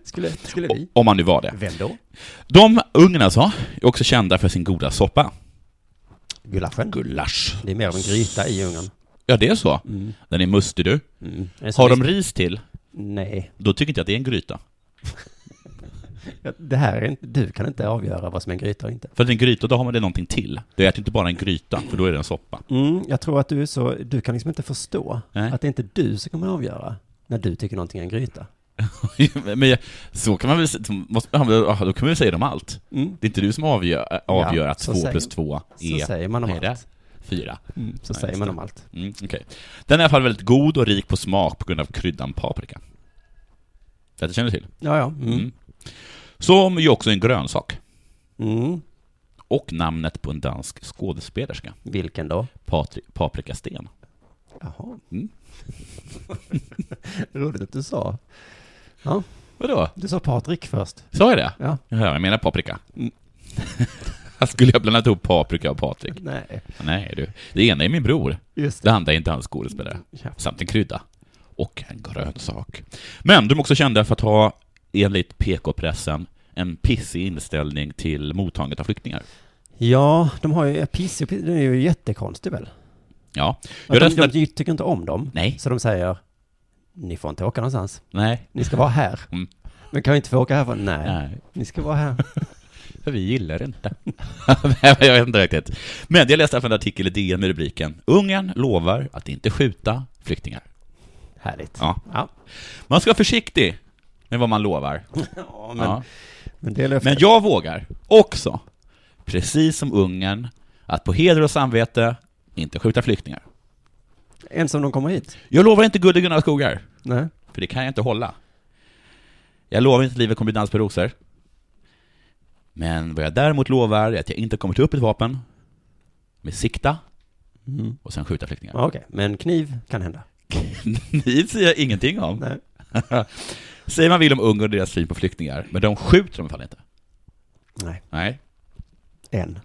Speaker 3: Skulle, skulle
Speaker 4: O-
Speaker 3: vi?
Speaker 4: Om man nu var det. alltså,
Speaker 3: Vem då?
Speaker 4: De ungrarna så, är också kända för sin goda soppa.
Speaker 3: Gulaschen.
Speaker 4: Gulasch.
Speaker 3: Det är mer av en gryta i Ungern.
Speaker 4: Ja, det är så.
Speaker 3: Mm.
Speaker 4: Den är mustig du.
Speaker 3: Mm. Är det så
Speaker 4: Har de
Speaker 3: visst-
Speaker 4: ris till,
Speaker 3: Nej.
Speaker 4: då tycker inte jag att det är en gryta.
Speaker 3: Ja, Det här är inte... Du kan inte avgöra vad som är en gryta och inte.
Speaker 4: För att en gryta, då har man det någonting till. Du äter inte bara en gryta, för då är det en soppa.
Speaker 3: Mm, jag tror att du är så... Du kan liksom inte förstå
Speaker 4: Nej.
Speaker 3: att det är inte du som kommer avgöra när du tycker någonting är en gryta.
Speaker 4: Men jag, så kan man väl säga, måste, man väl- ah, då kan man väl säga det om allt.
Speaker 3: Mm.
Speaker 4: Det är inte du som avgör, äh, avgör
Speaker 3: Ja,
Speaker 4: att
Speaker 3: så
Speaker 4: två
Speaker 3: säger-
Speaker 4: plus två
Speaker 3: Så
Speaker 4: är,
Speaker 3: säger man om
Speaker 4: vad är det?
Speaker 3: allt.
Speaker 4: Fyra.
Speaker 3: Mm, så
Speaker 4: Ja,
Speaker 3: säger
Speaker 4: just
Speaker 3: man
Speaker 4: det.
Speaker 3: om allt.
Speaker 4: Mm, okej. Den är i alla fall väldigt god och rik på smak på grund av kryddan paprika. Detta känner du till?
Speaker 3: Ja, ja. Mm.
Speaker 4: Mm. Som ju också är en grönsak.
Speaker 3: Mm.
Speaker 4: Och namnet på en dansk skådespelerska,
Speaker 3: Vilken då?
Speaker 4: Patri- Paprika Sten.
Speaker 3: Jaha.
Speaker 4: Mm.
Speaker 3: Roligt att du sa.
Speaker 4: Vadå?
Speaker 3: Du sa Patrik först.
Speaker 4: Sa jag det?
Speaker 3: Ja.
Speaker 4: Ja, jag menar paprika.
Speaker 3: Mm.
Speaker 4: Skulle jag blandat ihop paprika och Patrik?
Speaker 3: Nej.
Speaker 4: Nej du. Det ena är min bror,
Speaker 3: Just
Speaker 4: det
Speaker 3: det.
Speaker 4: andra är en dansk skådespelare.
Speaker 3: Ja.
Speaker 4: Samt en krydda. Och en grönsak. Men de är också kända för att ha, enligt PK-pressen, en pissig inställning till mottagandet av flyktingar.
Speaker 3: Ja, de har ju, Pissy och Pissy, den är ju jättekonstig väl?
Speaker 4: Ja.
Speaker 3: Att
Speaker 4: Jag
Speaker 3: de, de,
Speaker 4: röstar...
Speaker 3: de tycker inte om dem.
Speaker 4: Nej.
Speaker 3: Så de säger, ni får inte åka någonstans.
Speaker 4: Nej.
Speaker 3: Ni ska vara här.
Speaker 4: Mm.
Speaker 3: Men kan vi inte få åka härifrån? Nej.
Speaker 4: Nej.
Speaker 3: Ni ska vara här.
Speaker 4: För vi gillar inte. Nej, men jag vet inte riktigt. Men jag läste i alla fall en artikel i DN med rubriken Ungern lovar att inte skjuta flyktingar.
Speaker 3: Härligt.
Speaker 4: Ja.
Speaker 3: Ja.
Speaker 4: Man ska vara försiktig med vad man lovar.
Speaker 3: Ja, men,
Speaker 4: Men, ja.
Speaker 3: men det är löftet.
Speaker 4: men jag vågar också, precis som Ungern, att på heder och samvete inte skjuta flyktingar.
Speaker 3: Ens om de kommer hit?
Speaker 4: Jag lovar inte guld och gröna skogar,
Speaker 3: Nej.
Speaker 4: för det kan jag inte hålla. Jag lovar inte att livet kommer bli dans på rosor. Men vad jag däremot lovar är att jag inte kommer ta upp ett vapen med sikta
Speaker 3: Mm.
Speaker 4: och sen skjuta flyktingar.
Speaker 3: Ja, Okej, men kniv kan hända.
Speaker 4: Ni säger jag ingenting om.
Speaker 3: Nej.
Speaker 4: Säger man vill om Ungern och deras syn på flyktingar, men de skjuter de i alla fall inte.
Speaker 3: Nej.
Speaker 4: Nej.
Speaker 3: En.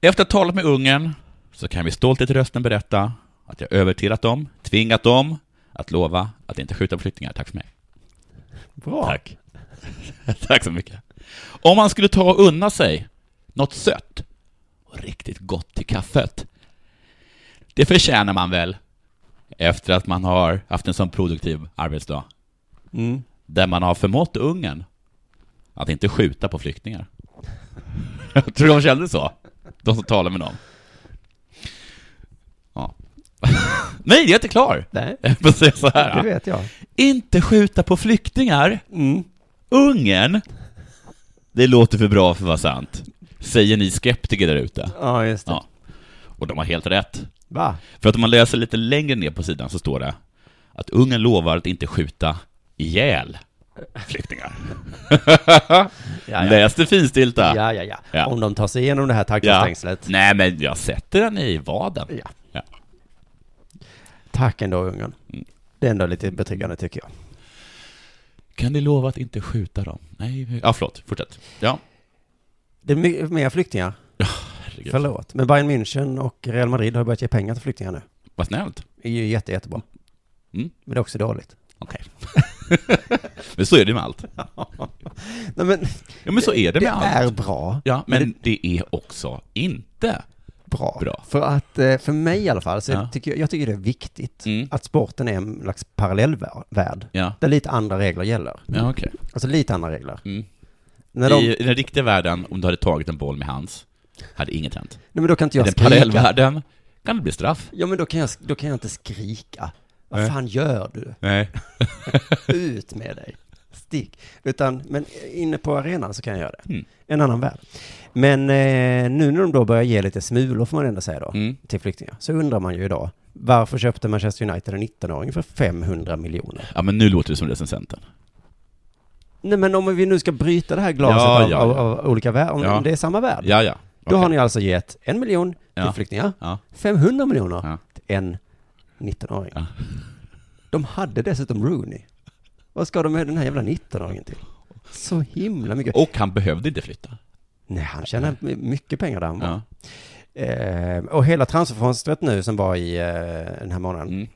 Speaker 4: Efter att ha talat med Ungern så kan vi stolthet i rösten berätta att jag övertalat dem, tvingat dem att lova att inte skjuta på flyktingar. Tack för mig.
Speaker 3: Bra.
Speaker 4: Tack. Tack så mycket. Om man skulle ta och unna sig något sött och riktigt gott till kaffet. Det förtjänar man väl efter att man har haft en sån produktiv arbetsdag.
Speaker 3: Mm.
Speaker 4: där man har förmått Ungern att inte skjuta på flyktingar. Jag tror de kände så, de som talade med dem. Ja. Nej, jag är inte klar!
Speaker 3: Nej,
Speaker 4: Jag får säga så
Speaker 3: det
Speaker 4: här.
Speaker 3: vet jag.
Speaker 4: Inte skjuta på flyktingar,
Speaker 3: Mm.
Speaker 4: Ungern! Det låter för bra för att vara sant, säger ni skeptiker där ute.
Speaker 3: Ja, just det.
Speaker 4: Ja. Och de har helt rätt.
Speaker 3: Va?
Speaker 4: För att om man läser lite längre ner på sidan så står det att Ungern lovar att inte skjuta ihjäl flyktingar.
Speaker 3: Ja, ja.
Speaker 4: Läs det finstilta.
Speaker 3: Ja, ja, ja,
Speaker 4: Ja.
Speaker 3: Om de tar sig igenom det här taggtrådsstängslet.
Speaker 4: Nej, men jag sätter den i vaden.
Speaker 3: Ja.
Speaker 4: Ja.
Speaker 3: Tack ändå, Ungern.
Speaker 4: Mm.
Speaker 3: Det är ändå lite betryggande, tycker jag.
Speaker 4: Kan ni lova att inte skjuta dem? Nej, ja, förlåt. Fortsätt. Ja,
Speaker 3: Det är my- mer flyktingar.
Speaker 4: herregud.
Speaker 3: Förlåt. Men Bayern München och Real Madrid har börjat ge pengar till flyktingar nu.
Speaker 4: Vad snällt.
Speaker 3: Det är ju jätte, jättebra.
Speaker 4: Mm.
Speaker 3: Men det är också dåligt.
Speaker 4: Okej. men så är det med allt.
Speaker 3: Nej, men
Speaker 4: Ja, men så är det med
Speaker 3: det är
Speaker 4: allt.
Speaker 3: bra.
Speaker 4: Ja, men det är också inte.
Speaker 3: Bra.
Speaker 4: Bra.
Speaker 3: För att, eh, för mig i alla fall, så
Speaker 4: Ja.
Speaker 3: tycker jag, jag tycker det är viktigt
Speaker 4: Mm.
Speaker 3: att sporten är en slags parallellvärld.
Speaker 4: Ja,
Speaker 3: Där lite andra regler gäller.
Speaker 4: ja okej.
Speaker 3: Alltså lite andra regler.
Speaker 4: Mm.
Speaker 3: När de,
Speaker 4: I den riktiga världen, om du hade tagit en boll med hans, hade inget hänt.
Speaker 3: nej men då kan
Speaker 4: I
Speaker 3: inte jag
Speaker 4: den
Speaker 3: skrika.
Speaker 4: parallellvärlden kan det bli straff.
Speaker 3: Ja men då kan jag, då kan jag inte skrika. Vad
Speaker 4: Nej.
Speaker 3: fan gör du?
Speaker 4: Nej.
Speaker 3: Ut med dig. Stick. Utan, men inne på arenan så kan jag göra det.
Speaker 4: Mm.
Speaker 3: En annan värld. Men eh, nu när de då börjar ge lite smulor får man ändå säga då,
Speaker 4: Mm.
Speaker 3: till flyktingar, så undrar man ju idag, varför köpte Manchester United en 19-åring för 500 miljoner?
Speaker 4: Ja, men nu låter du som recensenten.
Speaker 3: Nej men om vi nu ska bryta det här glaset
Speaker 4: Ja,
Speaker 3: av,
Speaker 4: ja,
Speaker 3: av,
Speaker 4: ja.
Speaker 3: av olika värld, om,
Speaker 4: Ja.
Speaker 3: om det är samma värld,
Speaker 4: Ja, ja.
Speaker 3: då
Speaker 4: Okej.
Speaker 3: har ni alltså gett en miljon till
Speaker 4: Ja.
Speaker 3: flyktingar,
Speaker 4: Ja.
Speaker 3: 500 miljoner
Speaker 4: Ja.
Speaker 3: till en 19-åring.
Speaker 4: Ja.
Speaker 3: De hade dessutom Rooney. Vad ska de med den här jävla 19-åringen till? Så himla mycket.
Speaker 4: Och han behövde inte flytta.
Speaker 3: Nej, han tjänade my- mycket pengar där han var. Ehm,
Speaker 4: Ja.
Speaker 3: Eh, och hela transferfönstret nu som var i eh, den här månaden,
Speaker 4: Mm.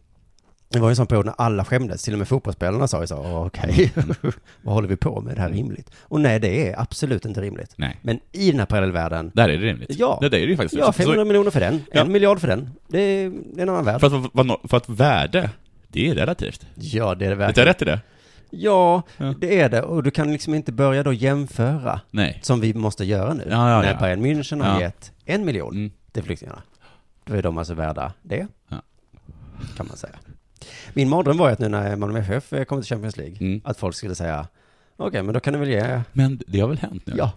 Speaker 3: Det var ju en sån period när alla skämdes, till och med fotbollsspelarna sa ju så, "Åh, okej,
Speaker 4: Mm.
Speaker 3: vad håller vi på med, det här är rimligt. Och nej, det är absolut inte rimligt.
Speaker 4: Nej.
Speaker 3: Men i den här parallellvärlden,
Speaker 4: Där är det rimligt.
Speaker 3: Ja.
Speaker 4: Det, där är det ju faktiskt.
Speaker 3: ja, 500
Speaker 4: Så-
Speaker 3: miljoner för den,
Speaker 4: Ja.
Speaker 3: en miljard för den, det är det är en annan värld.
Speaker 4: för, att, vad- vad- för att värde, det är relativt.
Speaker 3: Ja, det är det
Speaker 4: Vet jag
Speaker 3: verkligen.
Speaker 4: rätt i det?
Speaker 3: Ja,
Speaker 4: Ja.
Speaker 3: det är det. Och du kan liksom inte börja då jämföra,
Speaker 4: Nej.
Speaker 3: som vi måste göra nu.
Speaker 4: Ja, ja,
Speaker 3: när
Speaker 4: ja.
Speaker 3: Bayern München har
Speaker 4: Ja.
Speaker 3: gett en miljon
Speaker 4: Mm.
Speaker 3: till flyktingarna. Då är de alltså värda det,
Speaker 4: Ja.
Speaker 3: kan man säga. Min mardröm var ju att nu när Malmö FF kom till Champions League,
Speaker 4: Mm.
Speaker 3: att folk skulle säga okej, men då kan du väl ge,
Speaker 4: Men det har väl hänt nu?
Speaker 3: ja,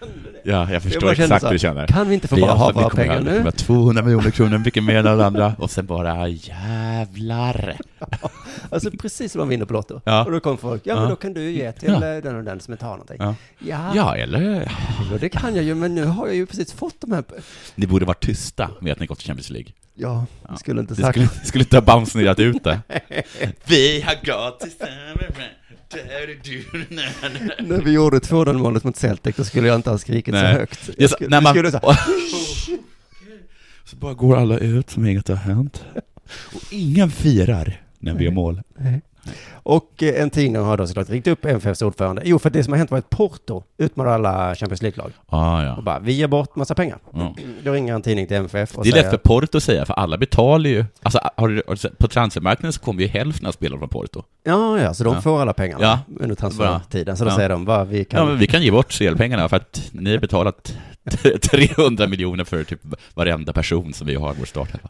Speaker 4: Ja, jag
Speaker 3: bara
Speaker 4: förstår
Speaker 3: kände
Speaker 4: exakt
Speaker 3: så här,
Speaker 4: hur du känner.
Speaker 3: kan vi inte få
Speaker 4: Vi
Speaker 3: bara
Speaker 4: har
Speaker 3: ha
Speaker 4: haft
Speaker 3: våra
Speaker 4: mycket
Speaker 3: pengar
Speaker 4: pengar,
Speaker 3: nu?
Speaker 4: det var 200 miljoner kronor, mycket mer än alla andra. Och sen bara jävlar.
Speaker 3: Alltså precis som man vinner på Lotto.
Speaker 4: Ja.
Speaker 3: Och då kom folk, ja men
Speaker 4: Ja.
Speaker 3: då kan du ge till
Speaker 4: Ja.
Speaker 3: eh, den och den som inte har någonting.
Speaker 4: Ja.
Speaker 3: Ja,
Speaker 4: Ja, eller?
Speaker 3: jo, det kan jag ju, men nu har jag ju precis fått de här,
Speaker 4: Ni borde varit tysta med att ni gått till Champions League.
Speaker 3: ja,
Speaker 4: Ja.
Speaker 3: skulle inte
Speaker 4: Det
Speaker 3: sagt.
Speaker 4: skulle, det skulle inte ha bamsnirrat ut det. Vi har gått tillsammans. där är du, na, na.
Speaker 3: När vi gjorde 2-0 målet mot Celtic, då skulle jag inte ha skrikit så
Speaker 4: Nej.
Speaker 3: högt.
Speaker 4: Det är
Speaker 3: Jag
Speaker 4: så-
Speaker 3: skulle,
Speaker 4: när
Speaker 3: jag
Speaker 4: man-
Speaker 3: skulle så här,
Speaker 4: Så bara går alla ut som inget har hänt. Och ingen firar när vi gör mål.
Speaker 3: Och eh, en tidning har då såklart ringt upp MFFs ordförande. Jo, för det som har hänt var att Porto utmanade alla Champions League-lag
Speaker 4: Ah,
Speaker 3: och
Speaker 4: ja.
Speaker 3: bara, vi ger bort massa pengar.
Speaker 4: Ja.
Speaker 3: Då ringer en tidning till MFF och
Speaker 4: Det är lätt
Speaker 3: säger,
Speaker 4: för Porto att säga, för alla betalar ju. Alltså, har du, har du sett- på transfermarknaden så kommer ju hälften av spelarna från Porto.
Speaker 3: ja, ja, så de
Speaker 4: Ja.
Speaker 3: får alla pengarna
Speaker 4: Ja.
Speaker 3: under transfertiden. Så då
Speaker 4: Bra.
Speaker 3: säger de, bara, vi kan...
Speaker 4: Ja, men vi kan ge bort spelpengarna för att ni har betalat t- 300 miljoner för typ varenda person som vi har i vår startelva.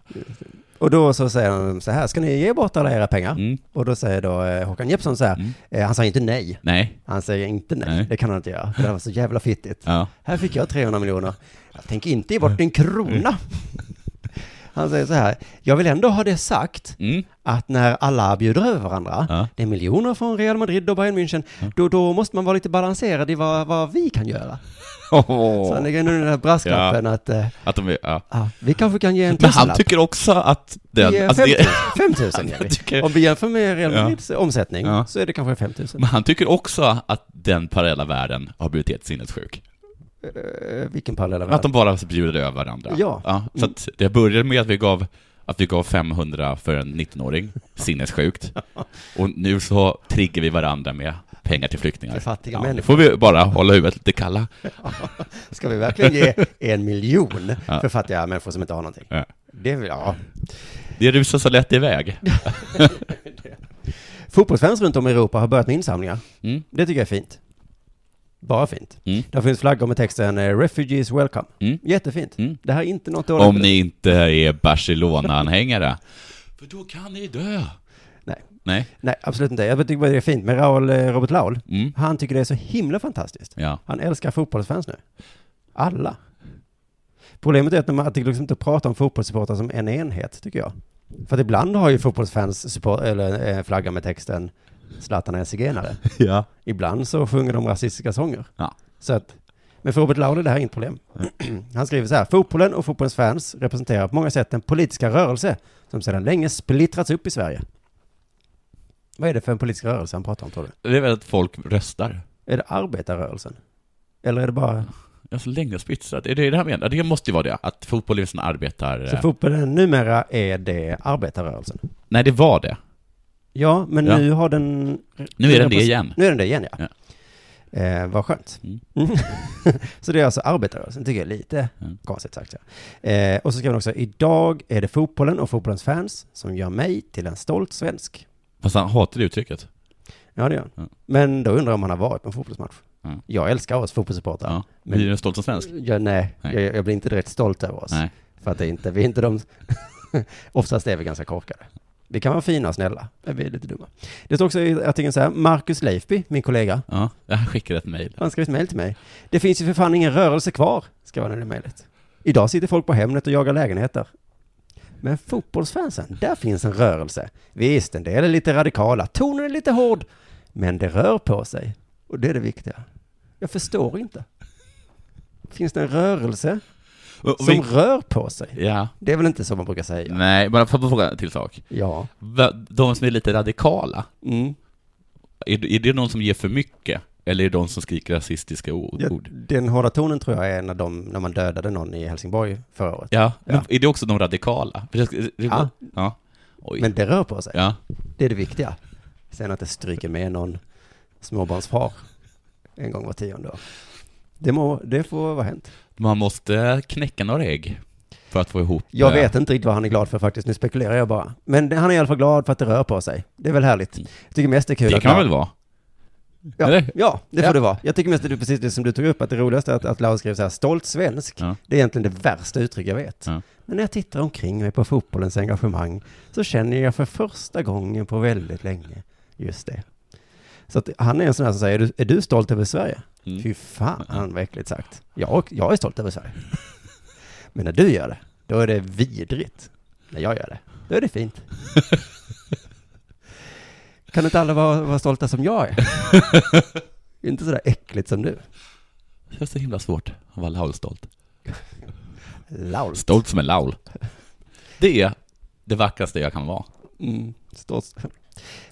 Speaker 3: Och då så säger de så här, ska ni ge bort alla era pengar?
Speaker 4: Mm.
Speaker 3: Och då säger då eh, Håkan Jeppsson så här,
Speaker 4: Mm.
Speaker 3: eh, han säger inte nej.
Speaker 4: Nej.
Speaker 3: Han säger inte nej,
Speaker 4: Nej.
Speaker 3: det kan han inte göra. Det där var så jävla fittigt.
Speaker 4: Ja.
Speaker 3: Här fick jag 300 miljoner. Jag tänker inte ge bort en krona. Han säger så här, jag vill ändå ha det sagt
Speaker 4: Mm.
Speaker 3: att när alla bjuder över varandra,
Speaker 4: Ja.
Speaker 3: det är miljoner från Real Madrid och Bayern München, då, då måste man vara lite balanserad i vad, vad vi kan göra. Så han lägger in den här brasklappen att eh,
Speaker 4: Att de är, ja.
Speaker 3: ah, vi kanske kan ge en
Speaker 4: Men han
Speaker 3: tusenlapp.
Speaker 4: tycker också att den...
Speaker 3: Ge
Speaker 4: alltså
Speaker 3: 5
Speaker 4: det-
Speaker 3: 000 5000 ger
Speaker 4: Han
Speaker 3: vi.
Speaker 4: tycker-
Speaker 3: Om vi jämför med Real
Speaker 4: Ja.
Speaker 3: Madrids omsättning
Speaker 4: Ja.
Speaker 3: så är det kanske 5 000.
Speaker 4: men han tycker också att den parallella världen har blivit helt sinnessjuk.
Speaker 3: Eh, vilken parallell
Speaker 4: Att de bara bjuder över varandra.
Speaker 3: Ja.
Speaker 4: så att det började med att vi gav att vi gav 500 för en 19-åring, sinnessjukt. Och nu så triggar vi varandra med pengar till flyktingar.
Speaker 3: Till fattiga
Speaker 4: ja,
Speaker 3: människor.
Speaker 4: Nu får vi bara hålla huvudet lite kalla.
Speaker 3: Ska vi verkligen ge en miljon
Speaker 4: Ja.
Speaker 3: för fattiga människor som inte har någonting?
Speaker 4: Ja.
Speaker 3: Det vill jag.
Speaker 4: Det rusar så lätt iväg.
Speaker 3: Fotbollsfans runt om i Europa har börjat med insamlingar.
Speaker 4: Mm.
Speaker 3: Det tycker jag är fint. Bara fint.
Speaker 4: Mm.
Speaker 3: Där finns flaggor med texten eh, “Refugees welcome”.
Speaker 4: Mm.
Speaker 3: Jättefint.
Speaker 4: Mm.
Speaker 3: Det här är inte något dåligt.
Speaker 4: Om ni inte är Barcelona-anhängare. För då kan ni dö.
Speaker 3: Nej.
Speaker 4: Nej.
Speaker 3: Nej, absolut inte. Jag tycker bara det är fint. Men Raul, eh, Robert Laul,
Speaker 4: Mm.
Speaker 3: han tycker det är så himla fantastiskt.
Speaker 4: Ja.
Speaker 3: Han älskar fotbollsfans nu. Alla. Problemet är att man att det liksom inte pratar om fotbollssupportrar som en enhet, tycker jag. För att ibland har ju fotbollsfans support, eller, eh, flagga med texten “Zlatan är zigenare”.
Speaker 4: Ja.
Speaker 3: Ibland så sjunger de rasistiska sånger.
Speaker 4: Ja.
Speaker 3: Så att, men för Robert Laul är det här inget problem. Han skriver så här, fotbollen och fotbollens fans representerar på många sätt den politiska rörelse som sedan länge splittrats upp i Sverige. Vad är det för en politisk rörelse han pratar om, tror du?
Speaker 4: Det är väl att folk röstar.
Speaker 3: Är det arbetarrörelsen? Eller är det bara...
Speaker 4: Alltså längdspitsat, är det det han menar? Det måste ju vara det, att fotboll är en sån arbetar...
Speaker 3: Så fotbollen numera är det arbetarrörelsen?
Speaker 4: Nej, det var det.
Speaker 3: Ja, men
Speaker 4: Ja.
Speaker 3: nu har den...
Speaker 4: Nu är den det igen.
Speaker 3: Nu är den det igen, ja. Eh, vad skönt.
Speaker 4: Mm.
Speaker 3: Mm. så det är alltså arbetarrörelsen, tycker jag är lite
Speaker 4: Mm.
Speaker 3: konstigt sagt. Ja. Eh, och så skriver hon också, idag är det fotbollen och fotbollens fans som gör mig till en stolt svensk.
Speaker 4: Fast han hatar det uttrycket.
Speaker 3: Ja, det gör han.
Speaker 4: Mm.
Speaker 3: Men då undrar jag om han har varit på en fotbollsmatch.
Speaker 4: Mm.
Speaker 3: Jag älskar oss fotbollssupportrar.
Speaker 4: Ja.
Speaker 3: Men-
Speaker 4: Blir du stolt som svensk?
Speaker 3: Ja, nej,
Speaker 4: Nej.
Speaker 3: Jag, jag blir inte direkt stolt över oss.
Speaker 4: Nej.
Speaker 3: För att det är inte, vi är inte de... Oftast är vi ganska korkade. Vi kan vara fina och snälla, men vi är lite dumma. Det står också i artikeln så här, Marcus Leifby, min kollega,
Speaker 4: Ja, han skickade ett mejl.
Speaker 3: han skrev ett mejl till mig. Det finns ju för fan ingen rörelse kvar, skrev han i det mejlet. Idag sitter folk på Hemnet och jagar lägenheter. Men fotbollsfansen, där finns en rörelse. Visst, en del är lite radikala, tonen är lite hård, men det rör på sig. Och det är det viktiga. Jag förstår inte. Finns det en rörelse
Speaker 4: Och- och
Speaker 3: som
Speaker 4: vi-
Speaker 3: rör på sig?
Speaker 4: Ja.
Speaker 3: Det är väl inte så man brukar säga?
Speaker 4: Nej, bara för att fråga en till sak.
Speaker 3: Ja.
Speaker 4: Va- De som är lite radikala,
Speaker 3: Mm.
Speaker 4: är är det någon som ger för mycket? Eller är det de som skriker rasistiska o-
Speaker 3: Ja,
Speaker 4: ord?
Speaker 3: Den hårda tonen tror jag är när, de, när man dödade någon i Helsingborg förra året.
Speaker 4: Ja,
Speaker 3: Ja.
Speaker 4: men är det också de radikala? För det- det-
Speaker 3: Ja.
Speaker 4: ja. Oj.
Speaker 3: Men det rör på sig.
Speaker 4: Ja.
Speaker 3: Det är det viktiga. Sen att det stryker med någon småbarnsfar en gång var tionde år. Det, må, det får vara hänt.
Speaker 4: Man måste knäcka några ägg för att få ihop...
Speaker 3: Jag
Speaker 4: eh,
Speaker 3: vet inte riktigt vad han är glad för faktiskt, nu spekulerar jag bara. Men det- han är i alla fall glad för att det rör på sig. Det är väl härligt. Jag tycker mest det är kul
Speaker 4: Mm. Det
Speaker 3: att
Speaker 4: kan man
Speaker 3: Lau-
Speaker 4: väl vara?
Speaker 3: Ja,
Speaker 4: eller?
Speaker 3: ja det får
Speaker 4: Ja.
Speaker 3: det vara. Jag tycker mest det är precis det som du tog upp, att det roligaste är att, att Lau skrev så här, stolt svensk,
Speaker 4: Ja.
Speaker 3: det är egentligen det värsta uttryck jag vet.
Speaker 4: Ja.
Speaker 3: Men när jag tittar omkring mig på fotbollens engagemang så känner jag för första gången på väldigt länge just det. Så att han är en sån här som säger, är du, är du stolt över Sverige?
Speaker 4: Mm.
Speaker 3: Fy fan vad äckligt sagt. Jag, jag är stolt över Sverige. Men när du gör det, då är det vidrigt. När jag gör det, då är det fint. Kan inte alla vara, vara stolta som jag är? inte sådär äckligt som du.
Speaker 4: Det är så himla svårt att vara laulstolt.
Speaker 3: Laul.
Speaker 4: Stolt som en laul. Det är det vackraste jag kan vara.
Speaker 3: Mm, stolt.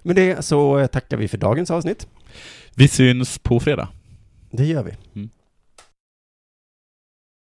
Speaker 3: Med det så eh, tackar vi för dagens avsnitt.
Speaker 4: Vi syns på fredag.
Speaker 3: Det gör vi.
Speaker 4: Mm.